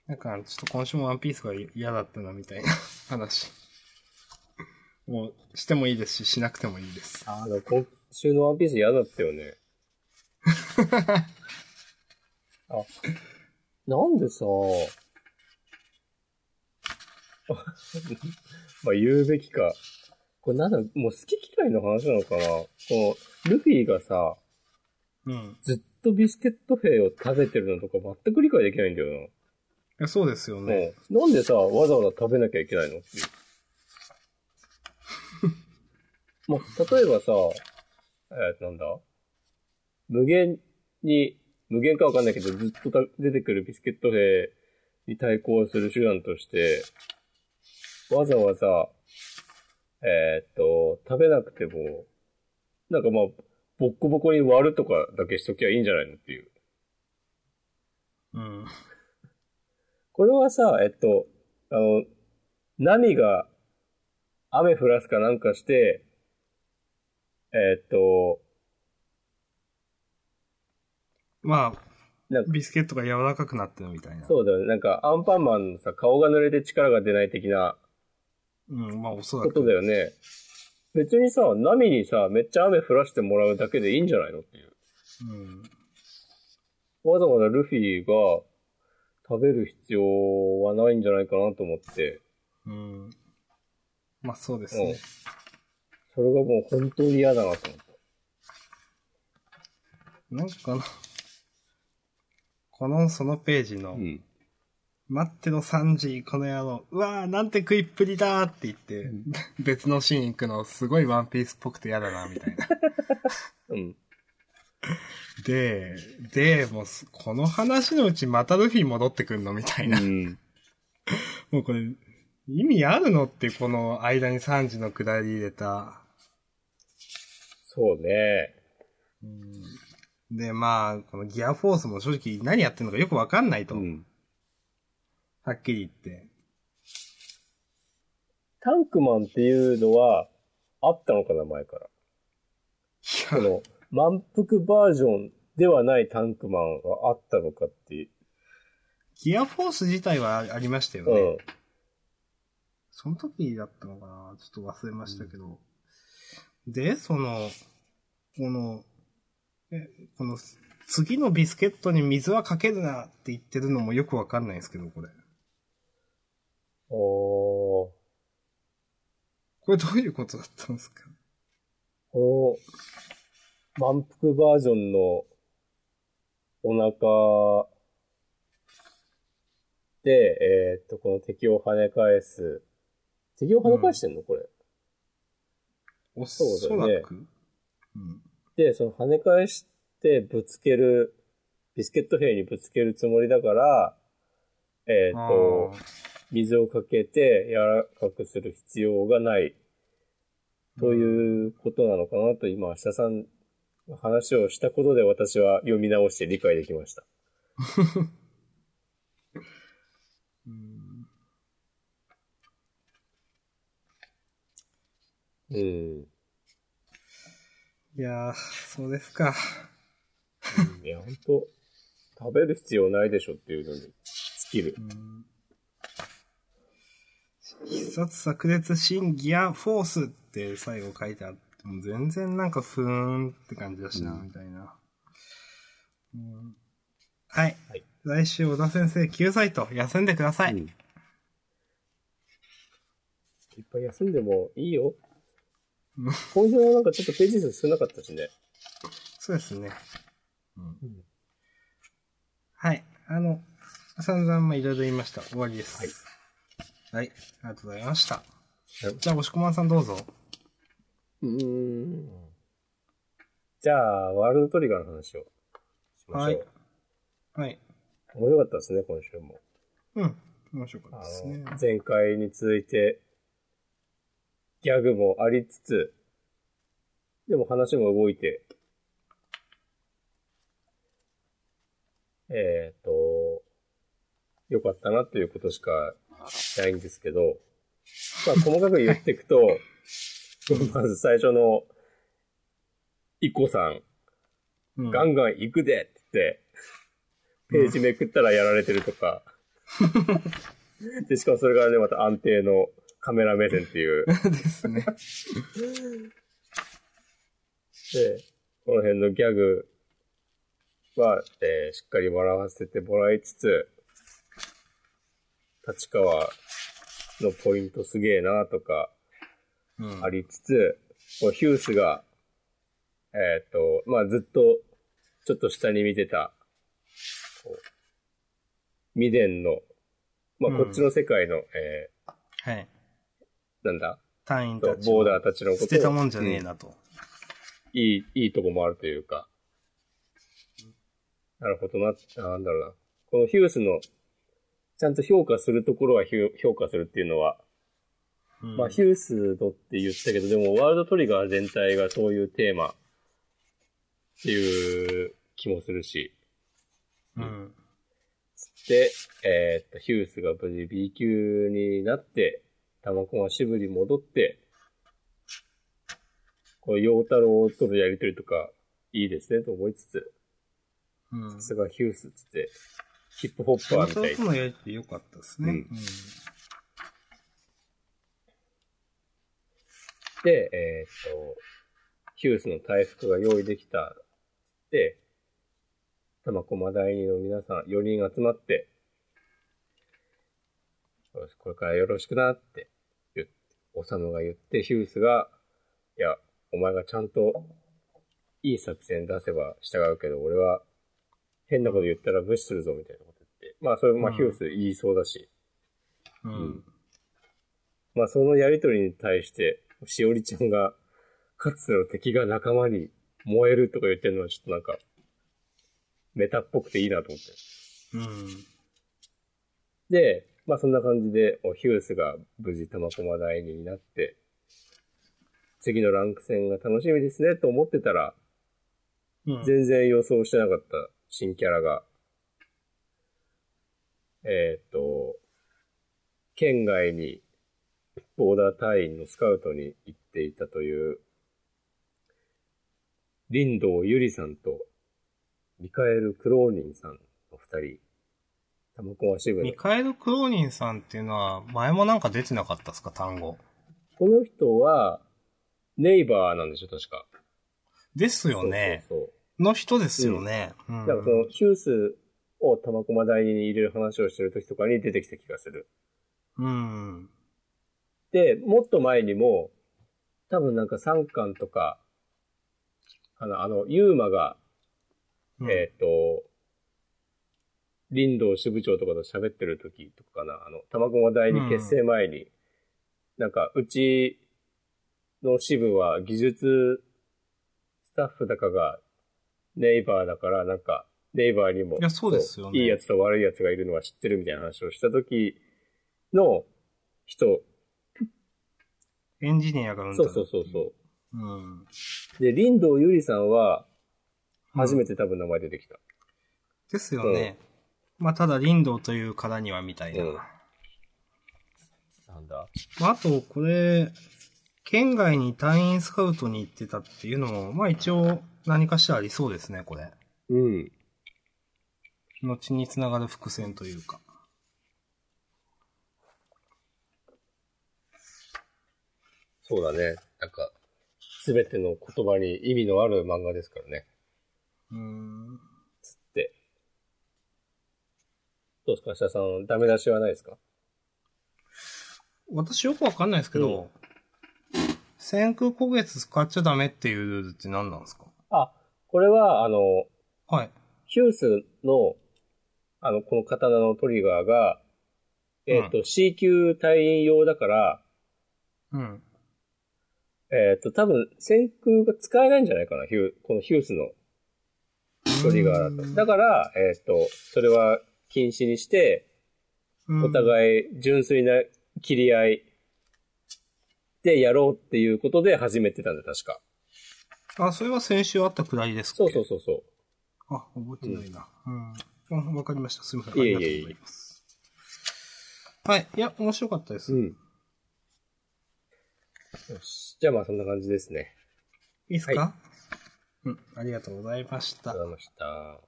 Speaker 1: なんか、ちょっと今週もワンピースが嫌だったな、みたいな 話。もう、してもいいですし、しなくてもいいです。
Speaker 2: あの、今週のワンピース嫌だったよね。あ、なんでさ、 まあ言うべきか。これなんだ、もう好き嫌いの話なのかなこの、ルフィがさ、
Speaker 1: うん。い
Speaker 2: ずっとビスケット兵を食べてるのとか全く理解できないんだよ
Speaker 1: やそうですよ
Speaker 2: な。
Speaker 1: ね。
Speaker 2: うんなんでさ、わざわざ食べなきゃいけないのっていう。まあ、例えばさ、えーなんだ無限に、無限かわかんないけど、ずっとた出てくるビスケット兵に対抗する手段として、わざわざ、えーっと、食べなくても、なんかまあ、ボッコボコに割るとかだけしときゃいいんじゃないのっていう。
Speaker 1: うん。
Speaker 2: これはさ、えっと、あの、波が雨降らすかなんかして、えっと、
Speaker 1: ま
Speaker 2: な
Speaker 1: あ
Speaker 2: んか、
Speaker 1: ビスケットが柔らかくなってるみたいな。う。
Speaker 2: そうだよね。なんか、アンパンマンのさ、顔が濡れて力が出ない的な
Speaker 1: うん、まあ、おそら
Speaker 2: こ
Speaker 1: く。
Speaker 2: とだよね。別にさ、波にさ、めっちゃ雨降らしてもらうだけでいいんじゃないのっていう。
Speaker 1: うん。
Speaker 2: わざわざルフィが食べる必要はないんじゃないかなと思って。
Speaker 1: うん。まあ、そうです
Speaker 2: うん
Speaker 1: ね。。
Speaker 2: それがもう本当に嫌だなと思った。
Speaker 1: なんかこの、この、そのページの、
Speaker 2: ん。
Speaker 1: 待ってろ3時、この野郎。うわーなんて食いっぷりだーって言って、
Speaker 2: うん
Speaker 1: 別のシーン行くの、すごいワンピースっぽくて嫌だな、みたい な。
Speaker 2: うん。
Speaker 1: で、で、もうす、この話のうちまたルフィ戻ってくんのみたいな。
Speaker 2: うん。
Speaker 1: もうこれ、意味あるのって、この間に3時の下り入れた。
Speaker 2: そうね。
Speaker 1: で、まあ、このギアフォースも正直何やってんのかよくわかんないと。
Speaker 2: うん。
Speaker 1: はっきり言って。
Speaker 2: タンクマンっていうのは、あったのかな、前から。
Speaker 1: いや
Speaker 2: この、満腹バージョンではないタンクマンがあったのかって。
Speaker 1: ギアフォース自体はありましたよ
Speaker 2: う
Speaker 1: ね。
Speaker 2: ん。
Speaker 1: その時だったのかなちょっと忘れましたけど。で、その、この、え、この、次のビスケットに水はかけるなって言ってるのもよくわかんないんですけど、これ。
Speaker 2: おー。
Speaker 1: これどういうことだったんですか
Speaker 2: この、満腹バージョンのお腹で、えーっと、この敵を跳ね返す。敵を跳ね返してんの、これ。
Speaker 1: おそ
Speaker 2: そうだよね
Speaker 1: らく。うん。
Speaker 2: で、その跳ね返してぶつける、ビスケット兵にぶつけるつもりだから、えーっと
Speaker 1: あ、ー
Speaker 2: 水をかけて柔らかくする必要がないということなのかなと今、明日さんの話をしたことで私は読み直して理解できました。
Speaker 1: うん
Speaker 2: うん。
Speaker 1: いやー、そうですか。
Speaker 2: いや、ほんと、食べる必要ないでしょっていうのに尽きる
Speaker 1: う。ん必殺炸裂新ギアフォースって最後書いてあっても全然なんかふーんって感じだしな、
Speaker 2: うん
Speaker 1: みたいな。うんはい。
Speaker 2: はい
Speaker 1: 来週小田先生救済と休んでください。
Speaker 2: うんいっぱい休んでもいいよ
Speaker 1: うん。
Speaker 2: 今週はなんかちょっとページ数少なかったしね。
Speaker 1: そうですね。はい。あの、散々まあいろいろ言いました。終わりです。はい。ありがとうございました。じゃあ、押し込まんさんどうぞ。
Speaker 2: うん。じゃあ、ワールドトリガーの話をしましょう。
Speaker 1: はいはい。
Speaker 2: 面白かったですね、今週も。
Speaker 1: うん。面白か
Speaker 2: あ
Speaker 1: ったですね。
Speaker 2: の、前回に続いて、ギャグもありつつ、でも話も動いて、えっ、と、良かったなということしかないんですけど、まあ、細かく言っていくと、 まず最初の、イコさん、
Speaker 1: うん
Speaker 2: ガンガン行くでって言って、ページめくったらやられてるとか。で、しかもそれからね、また安定のカメラ目線って い う。
Speaker 1: ですね。
Speaker 2: で、この辺のギャグは、えーしっかり笑わせてもらいつつ、立川のポイントすげえなとか、
Speaker 1: うん
Speaker 2: ありつつ、こうヒュースが、えっ、と、まあ、ずっと、ちょっと下に見てた、こう、未伝の、まあ、
Speaker 1: うん
Speaker 2: こっちの世界の、え
Speaker 1: はい。
Speaker 2: ーなんだ、
Speaker 1: 隊員
Speaker 2: そ
Speaker 1: た
Speaker 2: う
Speaker 1: ち。
Speaker 2: ボーダーたちのこと
Speaker 1: 捨て
Speaker 2: を
Speaker 1: たもんじゃねえ
Speaker 2: うん
Speaker 1: なと。
Speaker 2: いい、いいとこもあるというか。なるほどな、なんだろうな。このヒュースの、ちゃんと評価するところはひゅ評価するっていうのは、まあ、ヒュースドって言ったけど、でも、ワールドトリガー全体がそういうテーマっていう気もするし。
Speaker 1: うん。
Speaker 2: で、えーっと、ヒュースが無事 B 級になって、玉子が渋に戻って、こう、陽太郎とのやりとりとか、いいですね、と思いつつ、
Speaker 1: うん。
Speaker 2: さすがヒュースっつって、ヒップホッパーみ
Speaker 1: そ
Speaker 2: た
Speaker 1: う
Speaker 2: い
Speaker 1: とのやりとり良かったですね。
Speaker 2: う
Speaker 1: うんん。
Speaker 2: で、えーっと、ヒュースの大福が用意できたで、玉駒第二の皆さん4人集まって、よしこれからよろしくなって言って、おさむが言って、ヒュースが、いや、お前がちゃんといい作戦出せば従うけど、俺は変なこと言ったら無視するぞみたいなこと言って、まあそれもま
Speaker 1: う
Speaker 2: あ
Speaker 1: ん
Speaker 2: ヒュース言いそうだし、
Speaker 1: うん
Speaker 2: んまあそのやりとりに対して、しおりちゃんが、かつての敵が仲間に燃えるとか言ってるのはちょっとなんか、メタっぽくていいなと思って。
Speaker 1: うん。
Speaker 2: で、まあそんな感じで、おヒュースが無事玉駒第二になって、次のランク戦が楽しみですねと思ってたら、
Speaker 1: うん。
Speaker 2: 全然予想してなかった新キャラが、えーっと、県外にボーダー隊員のスカウトに行っていたという、林道ゆりさんとミカエル・クローニンさんの二人、玉駒支部の
Speaker 1: ミカエル・クローニンさんっていうのは、前もなんか出てなかったですか、単語。
Speaker 2: この人は、ネイバーなんでしょ、確か。
Speaker 1: ですよね。
Speaker 2: そうそう
Speaker 1: の人ですよね。う
Speaker 2: そ
Speaker 1: ん
Speaker 2: う。だからその、ヒュースを玉駒台に入れる話をしてる時とかに出てきた気がする。
Speaker 1: うん。
Speaker 2: で、もっと前にも、多分なんか三巻とか、あの、あの、ユーマが、
Speaker 1: うん
Speaker 2: えっ、と、林道支部長とかと喋ってる時とかかな、あの、玉駒第二結成前に、なんか、うちの支部は技術スタッフだかがネイバーだから、なんか、ネイバーにも、
Speaker 1: いやそうですよね
Speaker 2: いいやつと悪いやつがいるのは知ってるみたいな話をした時の人、
Speaker 1: エンジニアが生んだ
Speaker 2: そうそうそうそう。
Speaker 1: う。うん。
Speaker 2: で、林道ゆりさんは、初め
Speaker 1: て。
Speaker 2: て多分名前出てきた。
Speaker 1: ですよね。まあ、ただ、林道というからにはみたいな。
Speaker 2: うんなんだ
Speaker 1: まあ、あと、これ、県外に隊員スカウトに行ってたっていうのも、まあ一応何かしらありそうですね、これ。
Speaker 2: うん。
Speaker 1: 後につながる伏線というか。
Speaker 2: そうだね。なんか、すべての言葉に意味のある漫画ですからね。
Speaker 1: うーん。
Speaker 2: つって。どうですか、芦田さん、ダメ出しはないですか
Speaker 1: 私よくわかんないですけど、先空古月使っちゃダメっていうルールって何なんですか
Speaker 2: あ、これは、あの、
Speaker 1: はい。
Speaker 2: ヒュースの、あの、この刀のトリガーが、えっ、と、C 級隊員用だから、
Speaker 1: うん。
Speaker 2: えっ、と、多分、先空が使えないんじゃないかな、ヒュー、このヒュースのトリガーだと。だから、えっ、と、それは禁止にして、
Speaker 1: うん
Speaker 2: お互い純粋な切り合いでやろうっていうことで始めてたんだ、確か。
Speaker 1: あ、それは先週あったくらいですか
Speaker 2: そうそうそうそう。
Speaker 1: う。あ、覚えてないな。うん。あわ、かりました。すみません。あ
Speaker 2: い
Speaker 1: り
Speaker 2: えいえ
Speaker 1: がとうございます。はい。いや、面白かったです。
Speaker 2: ん。よし。じゃあまあそんな感じですね。
Speaker 1: いいっすか、
Speaker 2: は
Speaker 1: うん。ありがとうございまし
Speaker 2: あ
Speaker 1: た
Speaker 2: りが。とうございました。は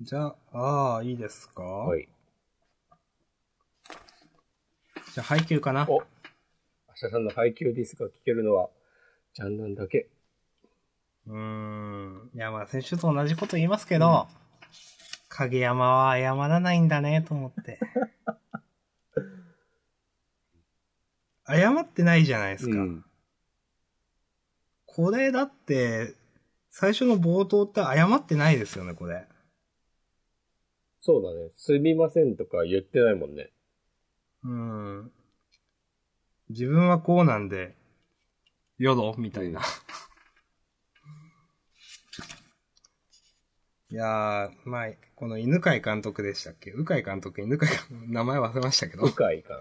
Speaker 1: じゃあ、ああ、いいですか
Speaker 2: い。
Speaker 1: じゃあ、配給かな
Speaker 2: お明日さんの配給ディスクが聞けるのは、ジャンナンだけ。
Speaker 1: うーん。いや、まあ、先週と同じこと言いますけど、影山は謝らないんだね、と思 って。謝ってないじゃないですか。
Speaker 2: うん
Speaker 1: これだって、最初の冒頭って謝ってないですよね、これ。
Speaker 2: そうだね。すみませんとか言ってないもんね。
Speaker 1: うん。自分はこうなんで、よろみたいな。いやー、まあ、この犬飼監督でしたっけ鵜飼監督、犬飼監督、名前忘れましたけど
Speaker 2: う。かいか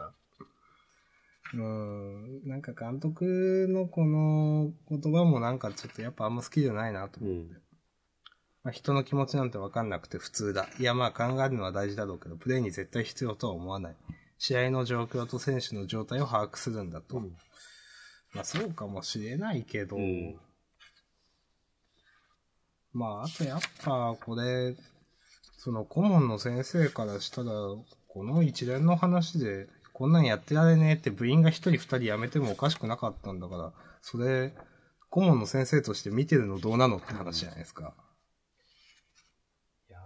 Speaker 2: な。
Speaker 1: うん。なんか監督のこの言葉もなんかちょっとやっぱあんま好きじゃないなと。
Speaker 2: ん。
Speaker 1: まあ、人の気持ちなんてわかんなくて普通だ。いやまあ考えるのは大事だろうけど、プレーに絶対必要とは思わない。試合の状況と選手の状態を把握するんだと。
Speaker 2: うん
Speaker 1: まあそうかもしれないけど、
Speaker 2: うん
Speaker 1: まああとやっぱこれ、その顧問の先生からしたら、この一連の話で、こんなんやってられねえって部員が一人二人辞めてもおかしくなかったんだから、それ、顧問の先生として見てるのどうなのって話じゃないですか。
Speaker 2: いや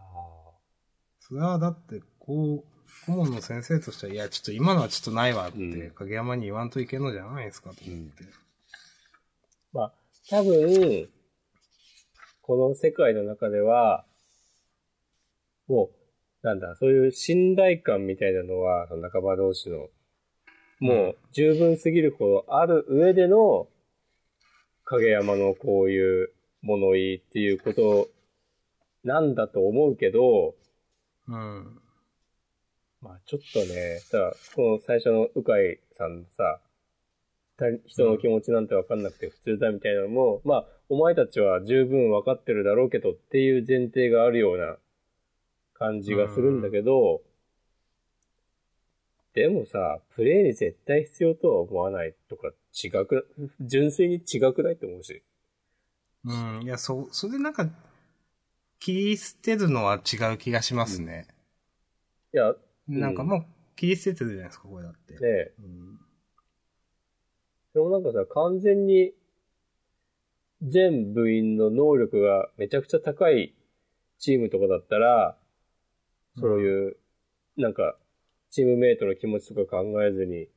Speaker 1: それはだって、こう、顧問の先生としては、いや、ちょっと今のはちょっとないわって、
Speaker 2: うん
Speaker 1: 影山に言わんといけんのじゃないですかと思って。
Speaker 2: まあ、多分、この世界の中では、もう、なんだ、そういう信頼感みたいなのは、その仲間同士の、もう十分すぎるほどある上での、影山のこういう物言いっていうことなんだと思うけど、
Speaker 1: うん。
Speaker 2: まあちょっとね、さ、この最初の鵜飼さんのさ、他人の気持ちなんて分かんなくて普通だみたいなのも、まあお前たちは十分分かってるだろうけどっていう前提があるような感じがするんだけど、でもさ、プレイに絶対必要とは思わないとか違く、純粋に違くないって思うし。
Speaker 1: うん。いや、そ、それなんか、切り捨てるのは違う気がしますね。
Speaker 2: いや、ねん
Speaker 1: なんかもう、切り捨ててるじゃないですか、これだって。
Speaker 2: え、
Speaker 1: うん。
Speaker 2: でもなんかさ、完全に、全部員の能力がめちゃくちゃ高いチームとかだったら、そういう、なんか、チームメイトの気持ちとか考えずに、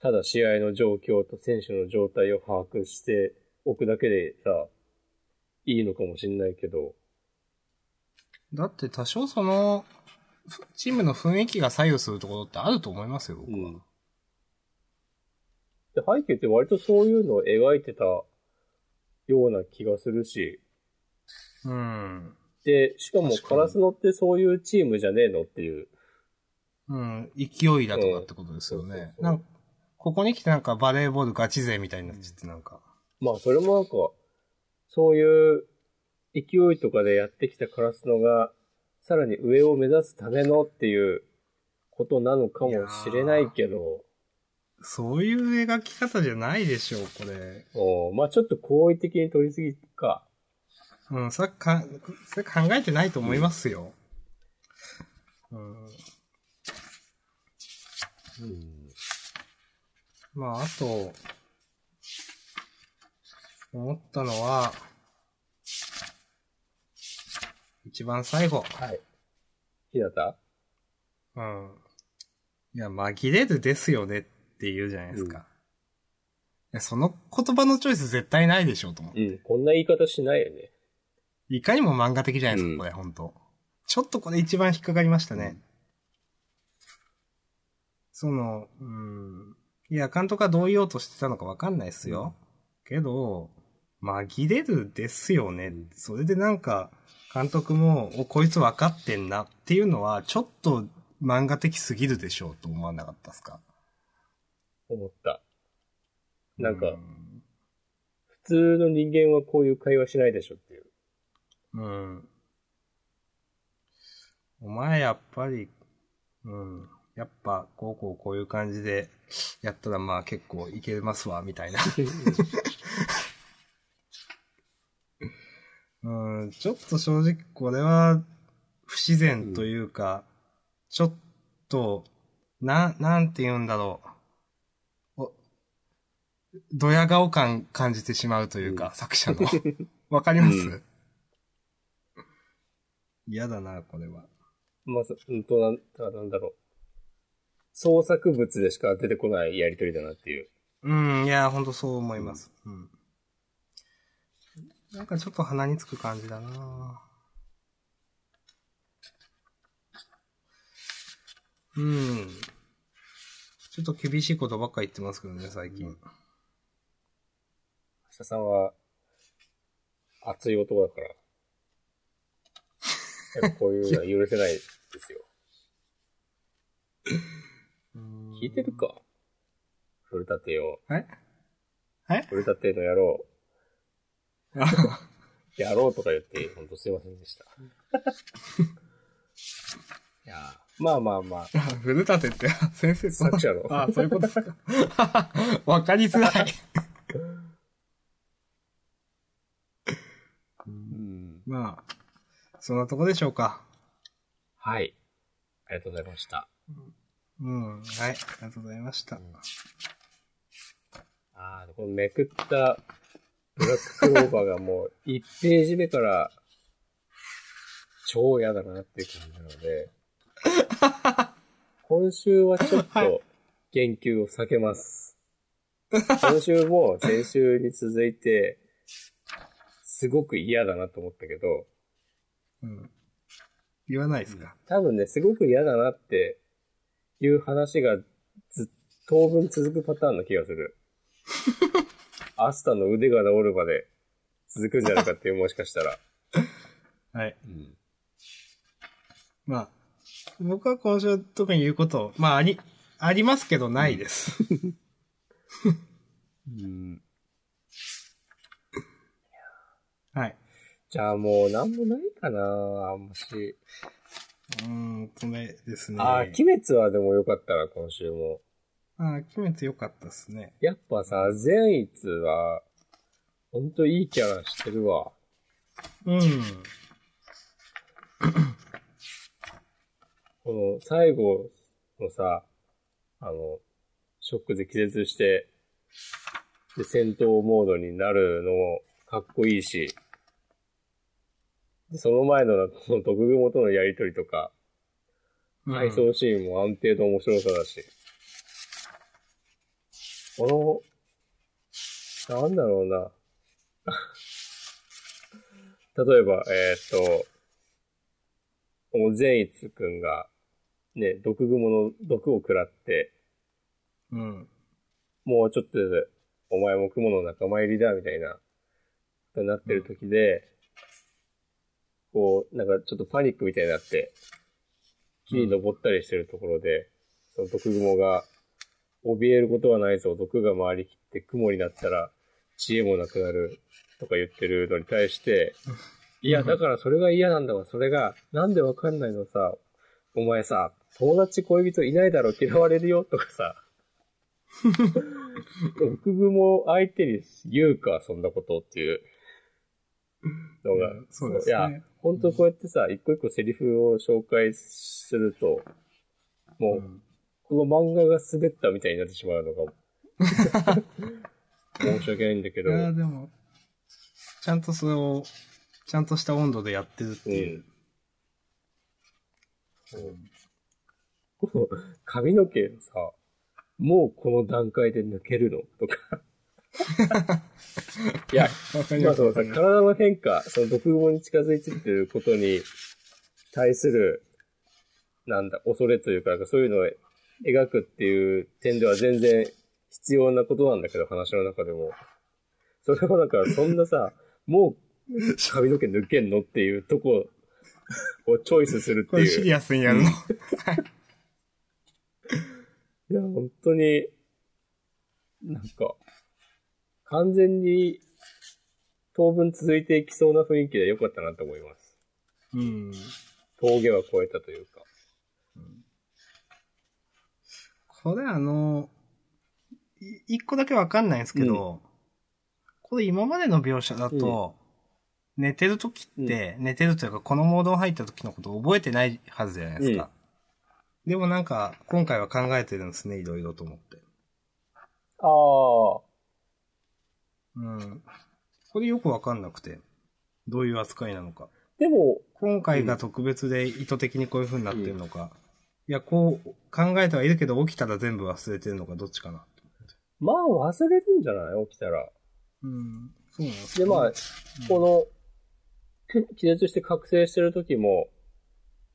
Speaker 2: ただ試合の状況と選手の状態を把握しておくだけでさ、いいのかもしんないけど、
Speaker 1: だって多少その、ふチームの雰囲気が左右するところってあると思いますよ、僕は。
Speaker 2: うん。で、背景って割とそういうのを描いてたような気がするし、
Speaker 1: うん。
Speaker 2: で、しかも
Speaker 1: 確か
Speaker 2: カ
Speaker 1: に
Speaker 2: ラスノってそういうチームじゃねえのっていう。
Speaker 1: うん、勢いだとかってことですよ
Speaker 2: うんそうそう
Speaker 1: ね。
Speaker 2: そう
Speaker 1: なんか、ここに来てなんかバレーボールガチ勢みたいになっちゃってなんか。
Speaker 2: まあそれもなんか、そういう勢いとかでやってきたカラスノが、さらに上を目指すためのっていうことなのかもしれないけど、
Speaker 1: そういう描き方じゃないでしょう、これ。
Speaker 2: おまあちょっと好意的に取りすぎか。
Speaker 1: うん、それか、それ考えてないと思いますよ。うん。まあ、あと、思ったのは、一番最後。
Speaker 2: はい。ひなた
Speaker 1: うん。いや、紛れるですよねって言うじゃないですか。
Speaker 2: うん
Speaker 1: いや、その言葉のチョイス絶対ないでしょうと思って。
Speaker 2: うん。こんな言い方しないよね。
Speaker 1: いかにも漫画的じゃないです
Speaker 2: うん
Speaker 1: か、これ、ほんと。ちょっとこれ一番引っかかりましたね。その、うん。いや、監督はどう言おうとしてたのかわかんないですよ。けど、紛れるですよね。
Speaker 2: うん
Speaker 1: それでなんか、監督も、お、こいつ分かってんなっていうのは、ちょっと漫画的すぎるでしょうと思わなかったですか
Speaker 2: 思った。なんか
Speaker 1: う
Speaker 2: 普通の人間はこういう会話しないでしょっていう。
Speaker 1: うん。お前やっぱり、うん。やっぱ、こうこうこういう感じでやったらまあ結構いけますわ、みたい な。うん、ちょっと正直これは不自然というか、ちょっと、な、なんて言うんだろう。お、ドヤ顔感感じてしまうというか、
Speaker 2: うん
Speaker 1: 作者の。 わかります、
Speaker 2: う
Speaker 1: 嫌だな、これは。
Speaker 2: まあ、そうんとなん、あなんだろう。創作物でしか出てこないやりとりだなっていう。
Speaker 1: うん、いや、ほんとそう思います。うん。なんかちょっと鼻につく感じだなうん。ちょっと厳しいことばっか言ってますけどね、最近。
Speaker 2: 明日さんは、熱い男だから。やっぱこういうのは許せないですよ。
Speaker 1: うん
Speaker 2: 聞いてるか古立よ。
Speaker 1: はいはい
Speaker 2: 古立の野郎。
Speaker 1: あ
Speaker 2: やろうとか言って、ほんとすいませんでした。いやーまあまあまあ、
Speaker 1: 古立って、先生そ
Speaker 2: 作
Speaker 1: う
Speaker 2: 者の。
Speaker 1: あ、そういうことですか。 わかりづらい。
Speaker 2: うん
Speaker 1: まあ、そんなとこでしょうか。
Speaker 2: はい。ありがとうございました。
Speaker 1: うん。はい。ありがとうございました。
Speaker 2: ああ、このめくったブラッククローバーがもう1ページ目から超嫌だなっていう感じなので、今週はちょっと言及を避けます。今週も先週に続いて、すごく嫌だなと思ったけど、
Speaker 1: うん。言わないですか。
Speaker 2: 多分ね、すごく嫌だなっていう話がず当分続くパターンの気がす る。アスタの腕が治るまで続くんじゃないかっていう、もしかしたら。
Speaker 1: はい。まあ、僕は今週特に言うこと、まあ、あり、ありますけどないです。
Speaker 2: うん、
Speaker 1: はい。
Speaker 2: じゃあもうなんもないかなあんまし。
Speaker 1: うーん、とねですね。
Speaker 2: ああ、鬼滅はでもよかったな、今週も。
Speaker 1: あー、鬼滅良かったですね。
Speaker 2: やっぱさ、善逸は、ほんといいキャラしてるわ。
Speaker 1: うん。
Speaker 2: この最後のさ、あの、ショックで気絶して、で、戦闘モードになるのもかっこいいし、 でその前のこの毒蜘蛛とのやりとりとか、回想シーンも安定の面白さだし、この、なんだろうな。 例えば、えーっと、この善逸くんが、ね、毒蜘蛛の毒を食らって、
Speaker 1: うん。
Speaker 2: もうちょっとで、お前も雲の仲間入りだ、みたいな、となってる時で、こう、なんかちょっとパニックみたいになって、木に登ったりしてるところで、その毒蜘蛛が、怯えることはないぞ、毒が回りきって雲になったら、知恵もなくなる、とか言ってるのに対して、いや、だからそれが嫌なんだわ、それが、なんでわかんないのさ、お前さ、友達恋人いないだろ、嫌われるよ、と かさ、毒蜘蛛相手に言うか、そんなことっていうのが
Speaker 1: いや。そうですね
Speaker 2: いや、本当こうやってさ、一個一個セリフを紹介すると、も
Speaker 1: う
Speaker 2: う、
Speaker 1: ん。
Speaker 2: この漫画が滑ったみたいになってしまうのが、 申し訳ないんだけ
Speaker 1: い
Speaker 2: ど、
Speaker 1: やー、でも、ちゃんとそれを、ちゃんとした温度でやってるって
Speaker 2: う
Speaker 1: いう。
Speaker 2: ん。この髪の毛さ、もうこの段階で抜けるのとか。いや、
Speaker 1: わかり
Speaker 2: ま
Speaker 1: ま
Speaker 2: あ
Speaker 1: す
Speaker 2: そのさ、
Speaker 1: わかります
Speaker 2: 体の変化、その毒語に近づいてってることに対する、なんだ、恐れというか、なんかそういうのを描くっていう点では全然必要なことなんだけど、話の中でも。それはなんか、そんなさ、もう髪の毛抜けんのっていうとこをチョイスするって
Speaker 1: これ
Speaker 2: いう
Speaker 1: シ。リアスにやるの。
Speaker 2: いや、本当に、なんか、完全に当分続いていきそうな雰囲気で良かったなと思います。
Speaker 1: うん。
Speaker 2: 峠は越えたというか。
Speaker 1: これあの、い一個だけわかんないんですけど、これ今までの描写だと、寝てる時って、寝てるというか、このモードに入った時のことを覚えてないはずじゃないですか。でもなんか、今回は考えてるんですね、いろいろと思って。
Speaker 2: ああ、
Speaker 1: うん。これよくわかんなくて、どういう扱いなのか。
Speaker 2: でも、
Speaker 1: 今回が特別で意図的にこういう風になってるのか、いや、こう考えてはいるけど、起きたら全部忘れてるのか、どっちかな。
Speaker 2: まあ忘れるんじゃない起きたら。
Speaker 1: うん。そうなんです
Speaker 2: で、
Speaker 1: ね
Speaker 2: まあ、この、気絶して覚醒してる時も、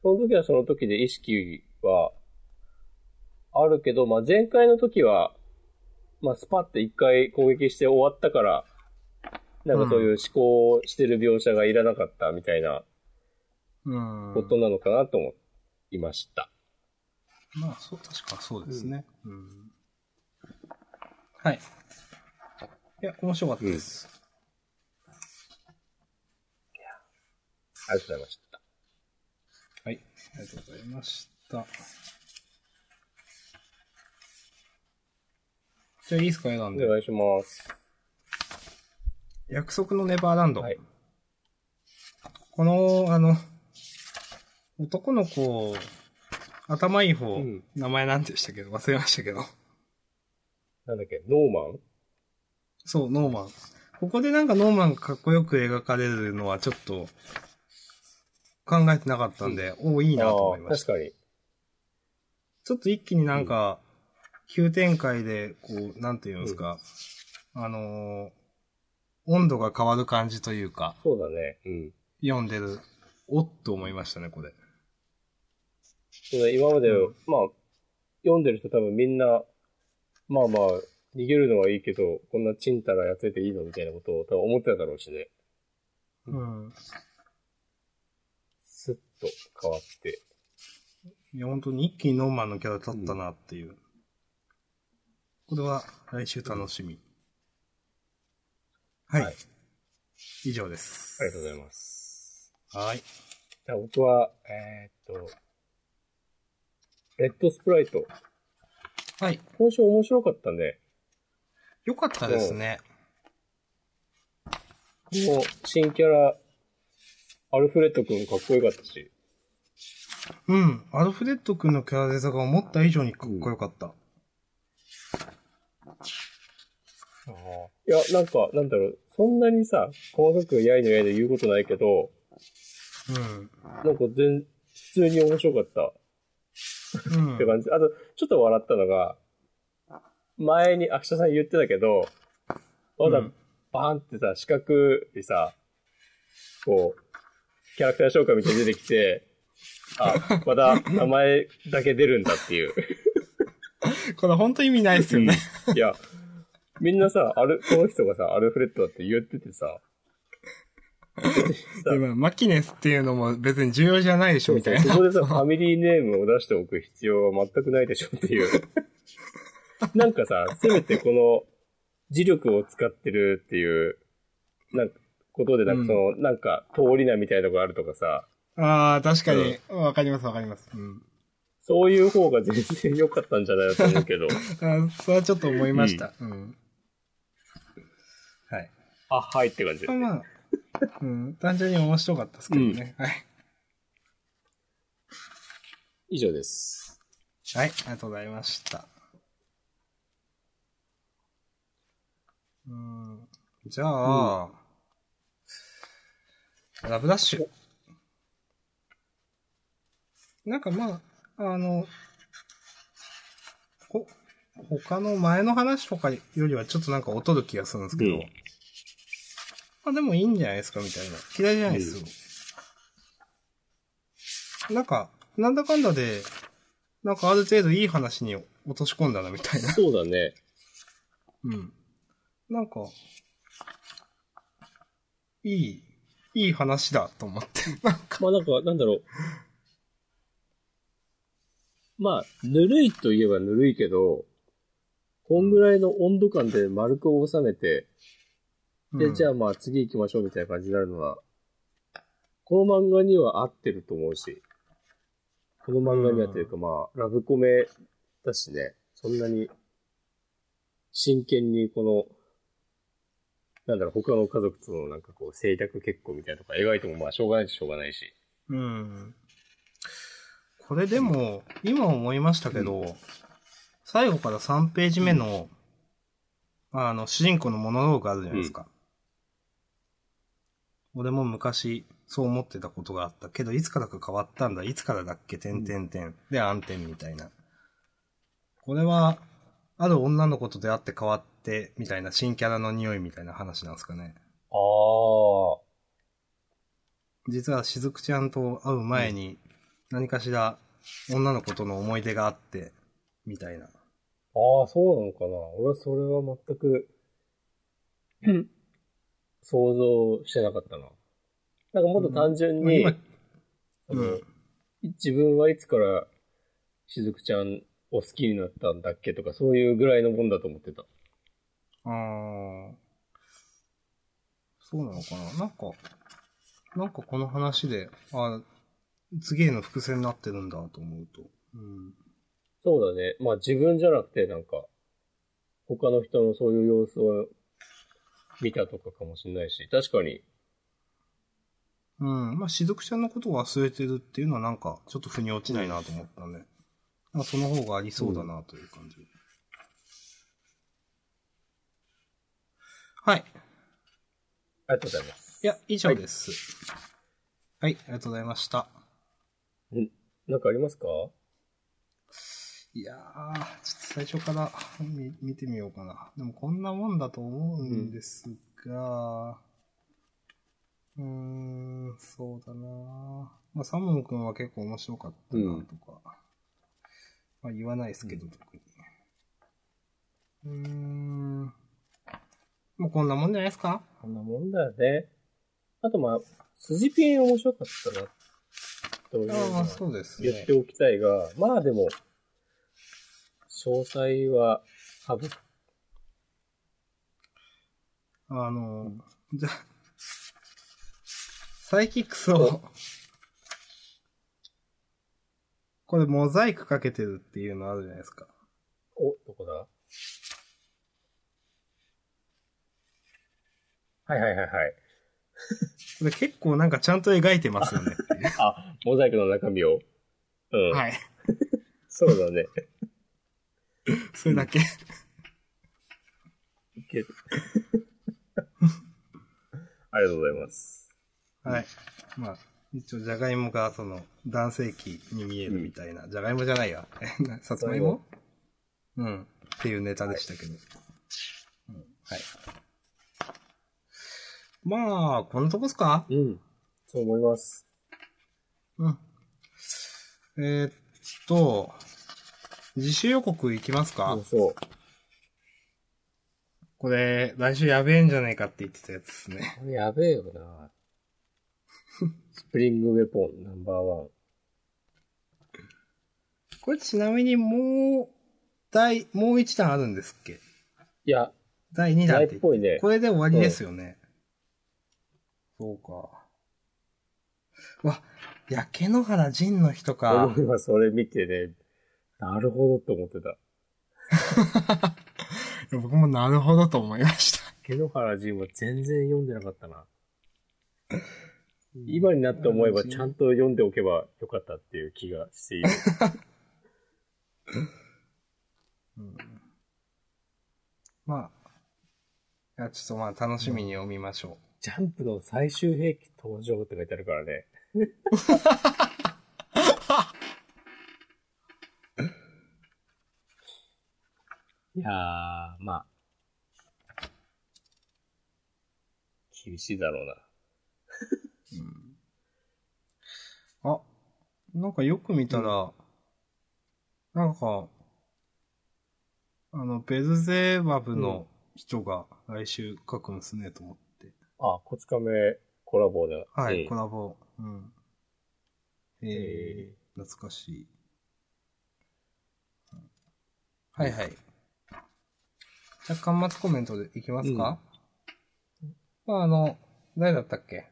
Speaker 2: その時はその時で意識はあるけど、まあ前回の時は、まあスパッて一回攻撃して終わったから、なんかそういう思考をしてる描写がいらなかったみたいな
Speaker 1: うん。
Speaker 2: ことなのかなと思いました。
Speaker 1: まあ、そう、確かそうですね。うん。はい。いや、面白かったです。
Speaker 2: ありがとうございました。
Speaker 1: はい。ありがとうございました。じゃあ、いいですか、選んで
Speaker 2: お。願いします。
Speaker 1: 約束のネバーランド。
Speaker 2: はい
Speaker 1: この、あの、男の子、頭いい方、
Speaker 2: うん
Speaker 1: 名前なんでしたけど、忘れましたけど。
Speaker 2: なんだっけ、ノーマン
Speaker 1: そう、ノーマン。ここでなんかノーマンがかっこよく描かれるのはちょっと考えてなかったんで、おお、いいなと思いました。
Speaker 2: あー確かに。
Speaker 1: ちょっと一気になんか、急展開で、こう、なんていうんですか、あのー温度が変わる感じというか、
Speaker 2: そうだね。うん。
Speaker 1: 読んでる、おっと思いましたね、これ。
Speaker 2: その今まで、
Speaker 1: う
Speaker 2: まあ、読んでる人多分みんな、まあまあ、逃げるのはいいけど、こんなチンタラやってていいのみたいなことを多分思ってただろうしね。
Speaker 1: うん。
Speaker 2: スッと変わって。
Speaker 1: いや、本当に一気にノーマンのキャラ立ったなっていう。これは来週楽しみ。はい。
Speaker 2: はい
Speaker 1: 以上です
Speaker 2: あ。りがとうございます。
Speaker 1: はい。
Speaker 2: じゃあ僕は、えーっと、レッドスプライト。
Speaker 1: はい。
Speaker 2: 今週面白かったね。
Speaker 1: よかったですね。
Speaker 2: もう、新キャラ、アルフレッド君かっこよかったし。
Speaker 1: うん。アルフレッド君のキャラデザが思った以上にかっこよかった。
Speaker 2: いや、なんか、なんだろう、そんなにさ、細かくやいのやいの言うことないけど、
Speaker 1: うん。
Speaker 2: なんか全、普通に面白かった
Speaker 1: うん。
Speaker 2: って感じ。あと、ちょっと笑ったのが、前に、あきささん言ってたけど、わざ
Speaker 1: う
Speaker 2: わざ
Speaker 1: ん
Speaker 2: バーンってさ、四角でさ、こう、キャラクター紹介みたいに出てきて、あ、また名前だけ出るんだっ ていう。
Speaker 1: これ本当意味ないですよね。
Speaker 2: いや、みんなさ、ある、この人がさ、アルフレッドだって言っててさ、
Speaker 1: でも、マキネスっていうのも別に重要じゃないでしょ、みたい
Speaker 2: そ
Speaker 1: な。
Speaker 2: こでさ、ファミリーネームを出しておく必要は全くないでしょっていう。なんかさ、せめてこの、磁力を使ってるっていう、なんか、ことで、なんかその、なんか、通り名みたいなのがあるとかさ、
Speaker 1: ああ、確かに。わかります、わかります。うん。
Speaker 2: そういう方が全然良かったんじゃないかと思うけど。
Speaker 1: あそれはちょっと思いました。うん。はい。
Speaker 2: あ、はいって感じ。
Speaker 1: まあまあ、うん、単純に面白かったですけどね。はい。
Speaker 2: 以上です。
Speaker 1: はい、ありがとうございました。うん、じゃあ、ラブダッシュ。なんかまあ、あの、ほ、他の前の話とかよりはちょっとなんか劣る気がするんですけど、
Speaker 2: うん
Speaker 1: まあでもいいんじゃないですかみたいな。嫌いじゃないですよ。なんか、なんだかんだで、なんかある程度いい話に落とし込んだなみたいな。
Speaker 2: そうだね。
Speaker 1: うん。なんか、いい、いい話だと思って。なんか、
Speaker 2: まあなんか、なんだろう。まあ、ぬるいといえばぬるいけど、こんぐらいの温度感で丸く収めて、で、じゃあまあ次行きましょうみたいな感じになるのは、この漫画には合ってると思うし、この漫画にはというかまあ、ラブコメだしね、そんなに真剣にこの、なんだろう、他の家族とのなんかこう、制約結婚みたいなとか描いてもまあしょうがないししょうがないし。
Speaker 1: うん。これでも、今思いましたけど、最後から3ページ目の、あの、主人公のモノローグあるじゃないですか。俺も昔、そう思ってたことがあったけど、いつからか変わったんだ、いつからだっけ、点点点。で、暗転みたいな。これは、ある女の子と出会って変わって、みたいな、新キャラの匂いみたいな話なんですかね。
Speaker 2: ああ。
Speaker 1: 実はしずくちゃんと会う前に何かしら女の子との思い出があって、みたいな。
Speaker 2: ああ、そうなのかな。俺はそれは全く、想像してなかったな。なんかもっと単純に、
Speaker 1: 今、
Speaker 2: あの
Speaker 1: うん
Speaker 2: 自分はいつからしずくちゃんを好きになったんだっけとか、そういうぐらいのもんだと思ってた。
Speaker 1: あーそうなのかななんか、なんかこの話で、あ次への伏線になってるんだと思うと。うん。
Speaker 2: そうだね。まあ自分じゃなくて、なんか、他の人のそういう様子を見たとかかもしれないし、確かに、
Speaker 1: うん。まあ、しずくちゃんのことを忘れてるっていうのはなんか、ちょっと腑に落ちないなと思ったね。まあ、その方がありそうだなという感じ。はい。
Speaker 2: ありがとうございます。
Speaker 1: いや、以上です。はい、ありがとうございました。
Speaker 2: なんかありますか
Speaker 1: いやー、ちょっと最初から見見てみようかな。でもこんなもんだと思うんですが、うーん、そうだなまあ、サモン君は結構面白かったなとか。まあ言わないですけど、特に。うーん。もうこんなもんじゃないですか
Speaker 2: こんなもんだよね。あとまあ、筋ピン面白かったな。というの
Speaker 1: ああ、
Speaker 2: は
Speaker 1: そうです
Speaker 2: 言っ
Speaker 1: ね
Speaker 2: て。おきたいが、まあでも、詳細は省く。
Speaker 1: あの、じゃあ、サイキックスを、これモザイクかけてるっていうのあるじゃないですか。
Speaker 2: お、どこだはいはいはいはい。
Speaker 1: これ結構なんかちゃんと描いてますよね。
Speaker 2: あ、モザイクの中身を。うん。
Speaker 1: はい。
Speaker 2: そうだね。
Speaker 1: それだけ。
Speaker 2: いけるありがとうございます。
Speaker 1: はい。まあ、一応、じゃがいもが、その、男性器に見えるみたいな。じゃがいもじゃないや。えな さつまいもうん。っていうネタでしたけど。うんはい。まあ、こんなとこっすか
Speaker 2: うん。そう思います。
Speaker 1: うん。えーっと、自主予告いきますか、
Speaker 2: そうそう。
Speaker 1: これ、来週やべえんじゃねえかって言ってたやつですね。
Speaker 2: これやべえよな。スプリングウェポンナンバーワン。
Speaker 1: これちなみにもう、第、もう一弾あるんですっけ
Speaker 2: いや、
Speaker 1: 第2弾
Speaker 2: ない
Speaker 1: っ
Speaker 2: って
Speaker 1: 言って
Speaker 2: ぽいね。
Speaker 1: これで終わりですよね。そうか。うわ、焼け野原仁の人か。
Speaker 2: 俺はそれ見てね、なるほどって思ってた。
Speaker 1: 僕もなるほどと思いました。
Speaker 2: 毛野原仁は全然読んでなかったな。今になって思えばちゃんと読んでおけばよかったっていう気がしている。
Speaker 1: まあ、いや、ちょっとまあ楽しみに読みましょ
Speaker 2: ジャンプの最終兵器登場って書いてあるからね。いやー、まあ。厳しいだろうな。
Speaker 1: う。あ、なんかよく見たら、なんか、あの、ベルゼーバブの人が来週書くんですね、と思って。
Speaker 2: あ、こつかめコラボで。
Speaker 1: はい、
Speaker 2: うん
Speaker 1: コラボ。うん。えー
Speaker 2: え
Speaker 1: 懐かしい。はいはい。じゃあ、巻末コメントでいきますか、まあ、あの、誰だったっけ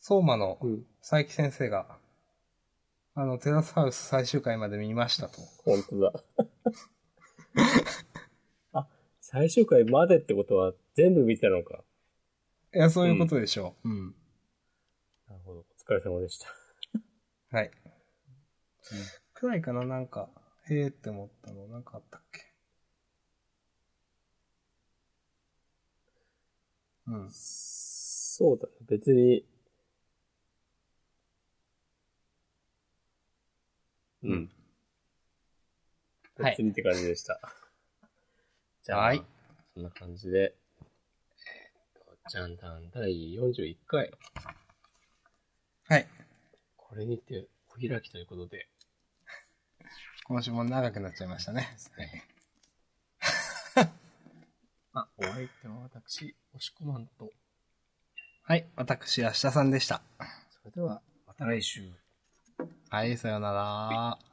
Speaker 1: 相馬の
Speaker 2: ーうん、
Speaker 1: 佐伯先生が、あの、テラスハウス最終回まで見ましたと。
Speaker 2: 本当だ。 あ、最終回までってことは全部見たのか。
Speaker 1: いや、そういうことでしょう。うん。
Speaker 2: なるほど。お疲れ様でした。
Speaker 1: はい。くらいかな、なんか、へえって思ったの、なんかあったっけうん。
Speaker 2: そうだね。別に。うん。
Speaker 1: はい
Speaker 2: 別にって感じでした。 じゃあ、
Speaker 1: はい
Speaker 2: そんな感じで、えーっと、ジャンダン第41回、
Speaker 1: はい。
Speaker 2: これにてお開きということで、
Speaker 1: 今週も長くなっちゃいましたね。
Speaker 2: あ、お相手は私、押し込まんと、
Speaker 1: はい。私、明日さんでした。
Speaker 2: それでは、また来週。
Speaker 1: はい、さようなら。